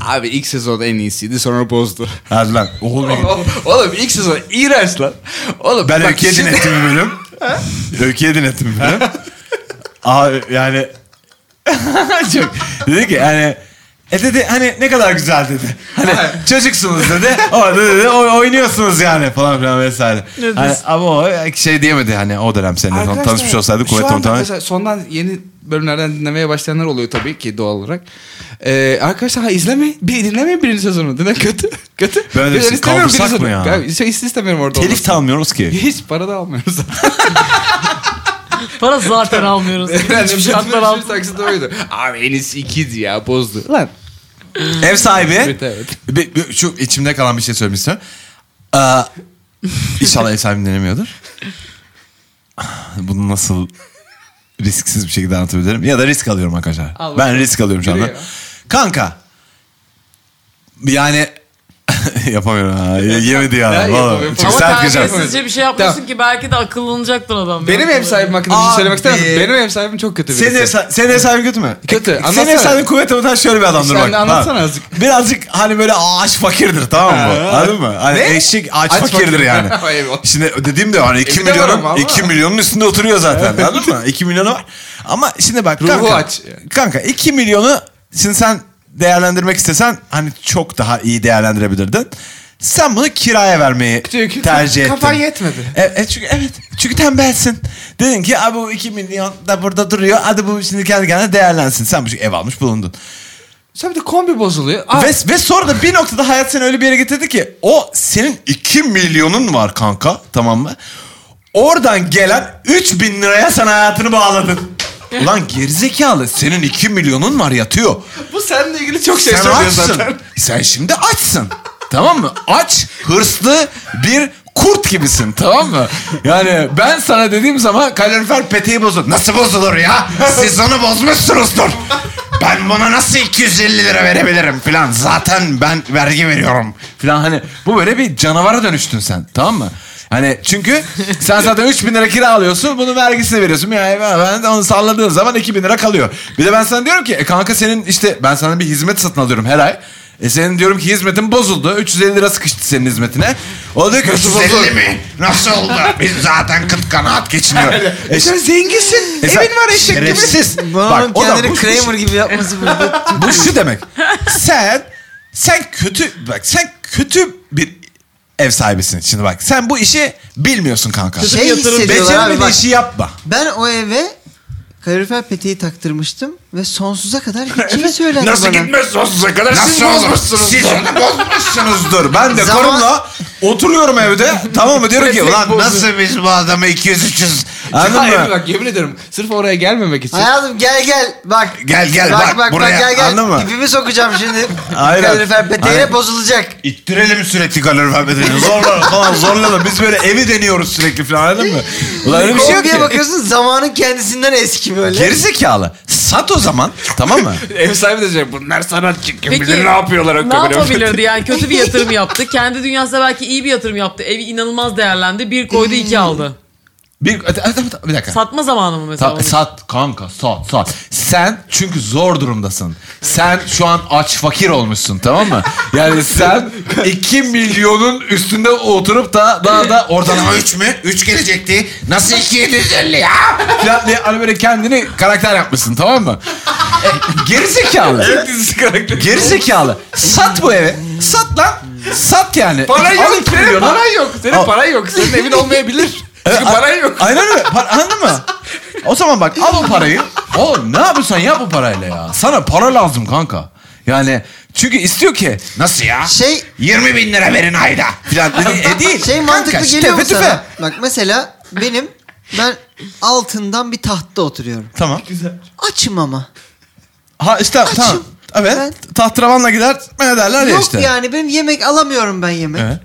C: Abi ilk sezon en iyisiydi sonra bozdu.
B: Hadi lan. Oğlum,
C: Oğlum, oğlum ilk sezon iğrenç lan. Oğlum
B: Ben
C: bak
B: öyküye
C: şimdi-
B: dinlettim bir bölüm. öyküye dinlettim bir bölüm. Abi yani... Çok. Dedi ki hani... E dedi hani ne kadar güzel dedi. Hani çocuksunuz dedi. Orada dedi o- oynuyorsunuz yani falan filan vesaire.
E: Ne
B: Hani,
E: diyorsun?
B: ama o şey diyemedi hani o dönem seninle tan-
C: Arkadaşlar,
B: tanışmış olsaydı
C: şu
B: kuvvet
C: anda
B: muhtemelen.
C: mesela sondan yeni bölümlerden dinlemeye başlayanlar oluyor tabii ki doğal olarak. Ee, arkadaşlar ha, izlemeyin. Bir, dinlemeyin birinci sezonu. Neden kötü? kötü.
B: Ben de siz
C: istemiyorum
B: kaldırsak
C: birinci
B: mı ya?
C: sezonu. Ben şey istemiyorum orada
B: Telif
C: olmasını.
B: de almıyoruz ki.
C: Hiç para da almıyoruz zaten.
E: para zaten almıyoruz.
C: Yani
B: şey
E: Şartlar
C: şartlar
E: altında.
C: taksidi şey oydu. Abi en iyisi ikiydi ya bozdu. Lan.
B: Ev sahibi.
C: Evet, evet.
B: Bir- bir- şu içimde kalan bir şey söylemek istiyorum. Aa, inşallah ev sahibim dinlemiyordur. Bunu nasıl risksiz bir şekilde anlatabilirim? Ya da risk alıyorum arkadaşlar.
C: Al bakalım.
B: ben risk alıyorum şu
C: Yürü
B: anda.
C: ya.
B: Kanka. Yani yapamıyorum ha. Yemedi ya.
C: Ben
B: Vallahi.
C: yapamıyorum.
B: Çünkü
E: Ama
B: sert gireceğim.
E: terbiyesizce bir şey yapmışsın
C: Tamam.
E: ki belki de akıllanacaktır adam. ya.
C: Benim ev sahibim hakkında bir şey
B: Abi.
C: söylemek ister misin? Benim ev sahibim çok kötü birisi.
B: Senin ev, sa- senin ev sahibin kötü mü?
C: E, Kötü,
B: Senin
C: anlatsana.
B: ev sahibin kuvvet Abutan şöyle bir adamdır
C: Sen
B: bak.
C: de anlatsana
B: Ha.
C: azıcık.
B: Birazcık hani böyle ağaç fakirdir tamam mı?
C: Ha.
B: Anladın mı? Hani
C: Ne?
B: eşek ağaç,
C: Ağaç
B: fakirdir
C: fakir.
B: yani.
C: Hayır, o-
B: Şimdi dediğim de hani 2
C: Evde var
B: milyonun,
C: ama.
B: 2 milyonun üstünde oturuyor zaten anladın mı? 2 milyonu var. Ama şimdi bak
C: Ruhu
B: kanka,
C: aç.
B: kanka 2 milyonu şimdi sen değerlendirmek istesen hani çok daha iyi değerlendirebilirdin. Sen bunu kiraya vermeyi
C: Çünkü
B: tercih ettin.
C: kafan yetmedi.
B: E- e çünkü evet. Çünkü tembelsin. Dedin ki abi bu 2 milyon da burada duruyor. Hadi bu şimdi kendi kendine değerlensin. Sen bu şey ev almış bulundun.
C: Sonra bir de kombi bozuluyor. Abi,
B: Ve, ve sonra da bir noktada hayat seni öyle bir yere getirdi ki o senin 2 milyonun var kanka tamam mı? Oradan gelen 3 bin liraya sen hayatını bağladın. Ulan gerizekalı senin 2 milyonun var yatıyor.
C: bu seninle ilgili çok şey
B: Sen
C: söylüyor
B: açsın.
C: zaten.
B: Sen şimdi açsın. tamam mı? Aç, hırslı bir kurt gibisin tamam mı? Yani ben sana dediğim zaman kalorifer peteği bozulur. Nasıl bozulur ya? Siz onu bozmuşsunuzdur. Ben buna nasıl 250 lira verebilirim filan. Zaten ben vergi veriyorum filan. Hani bu böyle bir canavara dönüştün sen tamam mı? Hani çünkü sen zaten 3000 lira kira alıyorsun. Bunun vergisini veriyorsun. Yani ben, ben onu salladığım zaman 2000 lira kalıyor. Bir de ben sana diyorum ki e, kanka senin işte ben sana bir hizmet satın alıyorum her ay. E senin diyorum ki hizmetin bozuldu. 350 lira sıkıştı senin hizmetine. O da diyor ki nasıl bozuldu? mi? Nasıl oldu? Biz zaten kıt kanaat geçiniyor. e sen zenginsin. evin var eşek gibi.
D: Bak, kendini Kramer gibi yapması burada.
B: Bu şu demek. Sen sen kötü bak sen kötü bir ev sahibisin. Şimdi bak sen bu işi bilmiyorsun kanka.
D: Şey
B: Yatırım-
D: hissediyorlar abi,
B: Beceremediğin
D: bak.
B: işi yapma.
D: Ben o eve kalorifer peteği taktırmıştım ve sonsuza kadar hiç şey söylendi bana.
B: sonsuza kadar Nasıl olur? Siz onu bozmuşsunuzdur. Ben de
D: Zaman-
B: karımla oturuyorum evde. tamam mı? Diyorum ki ulan
C: bozuyor."
B: nasıl biz bu adamı 200-300 anladın
C: Hayır
B: mı?
C: bak yemin ederim sırf oraya gelmemek için.
D: Hayatım gel gel bak.
B: Gel, gel, bak, buraya.
D: gel gel.
B: Anladın mı?
D: İpimi sokacağım şimdi.
B: Aynen.
D: Kalorifer
B: Aynen.
D: peteğine bozulacak.
B: İttirelim sürekli kalorifer bedenini. Zorla falan zorlayalım. Biz böyle evi deniyoruz sürekli falan anladın mı? Ulan öyle bir şey yok
D: Kombiye
B: ki.
D: bakıyorsun zamanın kendisinden eski böyle.
B: Gerizekalı. Sat o zaman. Tamam mı?
C: Ev sahibi de diyecek bunlar sanatçı kim
E: Peki,
C: bilir ne yapıyorlar. şey o
E: Ne
C: kabile."
E: yapabilirdi yani kötü bir yatırım yaptı. Kendi dünyasında belki iyi bir yatırım yaptı. Evi inanılmaz değerlendi. Bir koydu
C: Hmm.
E: iki aldı.
B: Bir, bir dakika.
E: Satma zamanı mı mesela?
B: Ta- sat kanka sat sat. Sen çünkü zor durumdasın. Sen şu an aç fakir olmuşsun tamam mı? Yani sen 2 milyonun üstünde oturup da daha da oradan 3 mü? 3 gelecekti. Nasıl 250 ya? Falan diye hani böyle kendini karakter yapmışsın tamam mı? E, gerizekalı. Gerizekalı. Sat bu evi. Sat lan. Sat yani.
C: Paran
B: Al
C: yok.
B: iki
C: Senin
B: milyonu.
C: paran yok. Senin
B: Al. Ee,
C: paran yok. Senin evin olmayabilir. Çünkü
B: a-
C: paran yok.
B: Aynen öyle. Par- anladın mı? O zaman bak al o parayı. Oğlum ne yapıyorsan yap bu parayla ya. Sana para lazım kanka. Yani çünkü istiyor ki nasıl ya?
D: Şey
B: 20 bin lira verin ayda. Falan. dedi. E değil.
D: şey mantıklı
B: Kanka,
D: geliyor mu
B: tepe
D: sana?
B: tüfe.
D: Bak mesela benim ben altından bir tahtta oturuyorum.
B: Tamam.
D: Açım ama.
B: Ha işte tamam. Evet.
D: Ben-
B: Tahtravanla gider ne derler ya
D: Yok
B: işte.
D: yani benim yemek alamıyorum ben yemek.
B: Evet.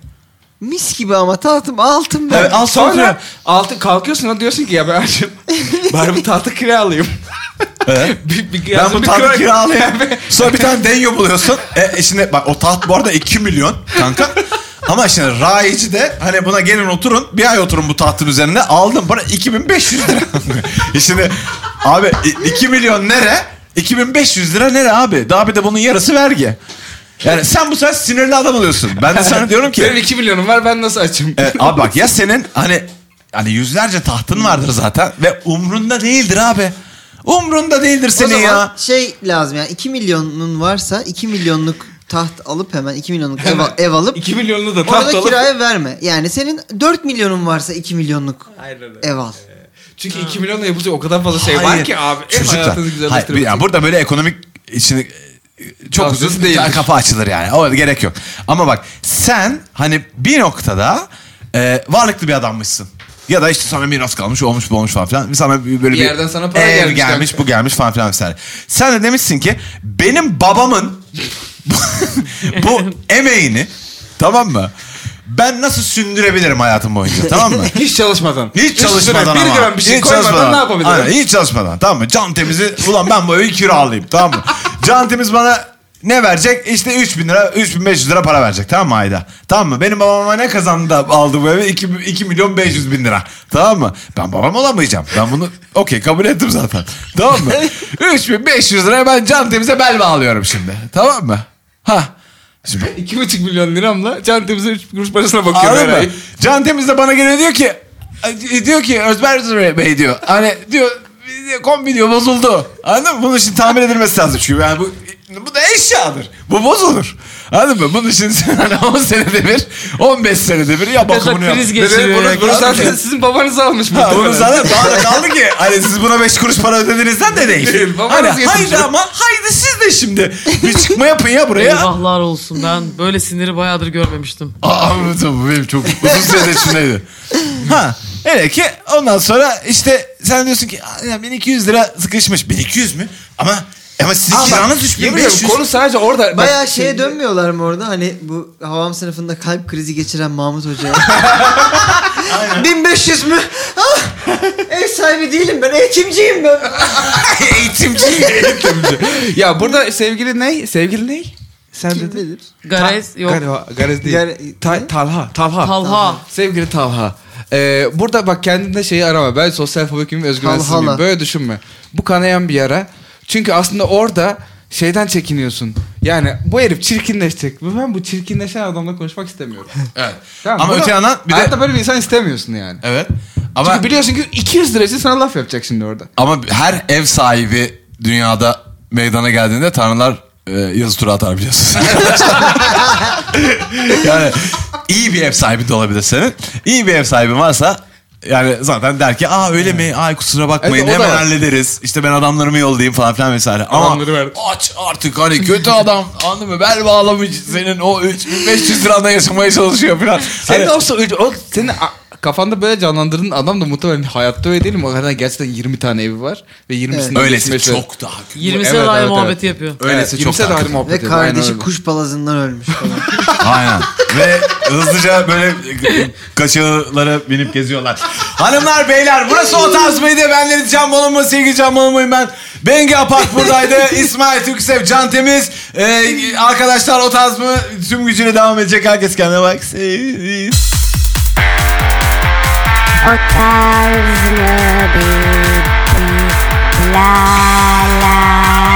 D: Mis gibi ama tahtım altın ben.
B: Evet, al sonra.
C: Sonra altı kalkıyorsun lan diyorsun ki ya ben açım. Bari bu tahta kira alayım.
B: Evet.
C: bir, bir,
B: Ben bu
C: bir
B: tahtı
C: kira-
B: kiralayayım. Sonra bir tane denyo buluyorsun. E, şimdi bak o taht bu arada 2 milyon kanka. Ama şimdi rayici de hani buna gelin oturun. Bir ay oturun bu tahtın üzerinde. Aldım para 2500 lira. E şimdi abi 2 milyon nere? 2500 lira nere abi? Daha bir de bunun yarısı vergi. Yani sen bu sefer sinirli adam oluyorsun. Ben de sana diyorum ki.
C: Benim 2 milyonum var ben nasıl açım?
B: E, abi bak ya senin hani hani yüzlerce tahtın vardır zaten ve umrunda değildir abi. Umrunda değildir
D: O
B: senin
D: zaman
B: ya.
D: şey lazım yani 2 milyonun varsa 2 milyonluk taht alıp hemen 2 milyonluk ev,
C: Hemen.
D: ev alıp
C: 2 milyonunu da tahta
D: orada
C: alıp.
D: kiraya verme. Yani senin 4 milyonun varsa 2 milyonluk
C: Aynen öyle.
D: ev al.
C: Çünkü 2 milyonla yapılacak o kadar fazla şey var
B: Hayır.
C: ki abi. Ev
B: Çocuklar.
C: hayatınızı
B: Hayır,
C: güzelleştirmek
B: bir- yani burada böyle ekonomik şimdi e, çok
C: Tavsiyesi
B: uzun
C: değildir.
B: kafa açılır yani. O gerek yok. Ama bak sen hani bir noktada e, varlıklı bir adammışsın. Ya da işte sana miras kalmış, olmuş, bu olmuş falan filan. Sana bir- böyle
C: Bir yerden sana para
B: ev
C: gelmiş
B: gelmiş,
C: kanka.
B: bu gelmiş falan filan vesaire. Sen de demişsin ki benim babamın bu emeğini tamam mı? Ben nasıl sündürebilirim hayatım boyunca tamam mı?
C: Hiç çalışmadan.
B: Hiç çalışmadan
C: süre,
B: ama.
C: Bir gram bir şey
B: Hiç
C: koymadan
B: çalışmadan.
C: ne yapabilirim?
B: Aynen, hiç çalışmadan tamam mı? Can temizi ulan ben bu evi kiralayayım tamam mı? Can temiz bana ne verecek? İşte 3000 lira, 3500 lira para verecek tamam mı ayda? Tamam mı? Benim babama ne kazandı da aldı bu evi? 2, 2 milyon 500 bin lira. Tamam mı? Ben babam olamayacağım. Ben bunu okey kabul ettim zaten. Tamam mı? 3500 lira ben can temize bel bağlıyorum şimdi. Tamam mı? Ha. Şimdi
C: 2,5 milyon liramla çantamıza 3 kuruş parasına bakıyorum her
B: Anladın
C: ay.
B: mı? Can Temiz de bana geliyor diyor ki e, diyor ki Özber Bey diyor. Hani diyor kombi diyor bozuldu. Anladın mı? Bunun için tamir edilmesi lazım. Çünkü yani bu bu da eşyadır. Bu bozulur. Anladın mı? Bunun için sen hani 10 senede bir, 15 senede bir ya bakımını yap.
E: kriz
C: Ve
E: geçiriyor.
C: bunu,
E: ya.
C: bunu zaten sizin babanız almış.
B: Ha,
C: muhtemelen.
B: bunu zaten daha da kaldı ki hani siz buna 5 kuruş para ödediğinizden de değil.
C: Değil, babanız
B: Hani
C: getirdi.
B: haydi ama haydi siz de şimdi bir çıkma yapın ya buraya.
E: Eyvahlar olsun ben böyle siniri bayağıdır görmemiştim.
B: Aa, bu benim çok uzun süre içindeydi. ha. Öyle ki ondan sonra işte sen diyorsun ki "Aa, ya 1200 lira sıkışmış. 1200 mü? Ama Ama sizin
C: Ama bak,
B: kiranız 3500.
C: yemin ediyorum Konu sadece orada. Bak,
D: Bayağı şeye dönmüyorlar mı orada? Hani bu havam sınıfında kalp krizi geçiren Mahmut Hoca'ya. 1500 mü? Ah! Ev sahibi değilim ben. Eğitimciyim ben.
B: Eğitimci.
C: Ya burada sevgili ney? Sevgili ney? Sen
D: Kim
C: dedin.
D: bilir?
E: Garez yok.
C: Galiba Garez değil.
D: Gar-
C: Ta- Talha. Talha.
E: Talha.
C: Sevgili Talha. Ee, burada bak kendinde şeyi arama. Ben sosyal fobikim ve özgüvensizim.
D: Talhala.
C: Böyle düşünme. Bu kanayan bir yara. Çünkü aslında orada şeyden çekiniyorsun. Yani bu herif çirkinleşecek. Ve Ben bu çirkinleşen adamla konuşmak istemiyorum.
B: evet.
C: Tamam,
B: Ama
C: bunu-
B: öte yandan bir de...
C: Hayatta böyle bir insan istemiyorsun yani.
B: Evet. Ama,
C: Çünkü biliyorsun ki 200 derece sana laf yapacak şimdi orada.
B: ama her ev sahibi dünyada meydana geldiğinde tanrılar e, yazı tura atar biliyorsun. yani iyi bir ev sahibi de olabilir senin. İyi bir ev sahibi varsa yani zaten der ki aa öyle mi? Ay kusura bakmayın
C: Evet, o da
B: hemen
C: var.
B: hallederiz. İşte ben adamlarımı yollayayım falan filan vesaire. Ama
C: Adamları ver.
B: aç artık hani kötü adam anladın mı? Bel bağlamış senin o 3500 liranda yaşamaya çalışıyor falan.
C: Senin
B: Hani-
C: olsa o senin a- kafanda böyle canlandırdığın adam da muhtemelen hayatta öyle değil mi? O herhalde gerçekten 20 tane evi var ve 20'sinde
B: Öylesi çok daha kötü.
E: 20
C: Evet,
E: sene dair
C: evet,
E: muhabbeti yapıyor.
B: Öylesi çok
C: daha
B: haklı.
C: muhabbet
D: Ve
C: ediyor, aynen
D: kardeşi
C: öyle.
D: kuş balazından ölmüş falan.
B: Aynen. Ve hızlıca böyle kaçağılara binip geziyorlar. Hanımlar, beyler burası o tarz mıydı? Ben Deniz Can Balonma, sevgili Can Balonma'yım ben. Bengi Apak buradaydı. İsmail Türksev, Can Temiz. Ee, arkadaşlar o tarz mı? Tüm gücüyle devam edecek. Herkes kendine bak. Sevgiler.
A: Otarzına bir bir la la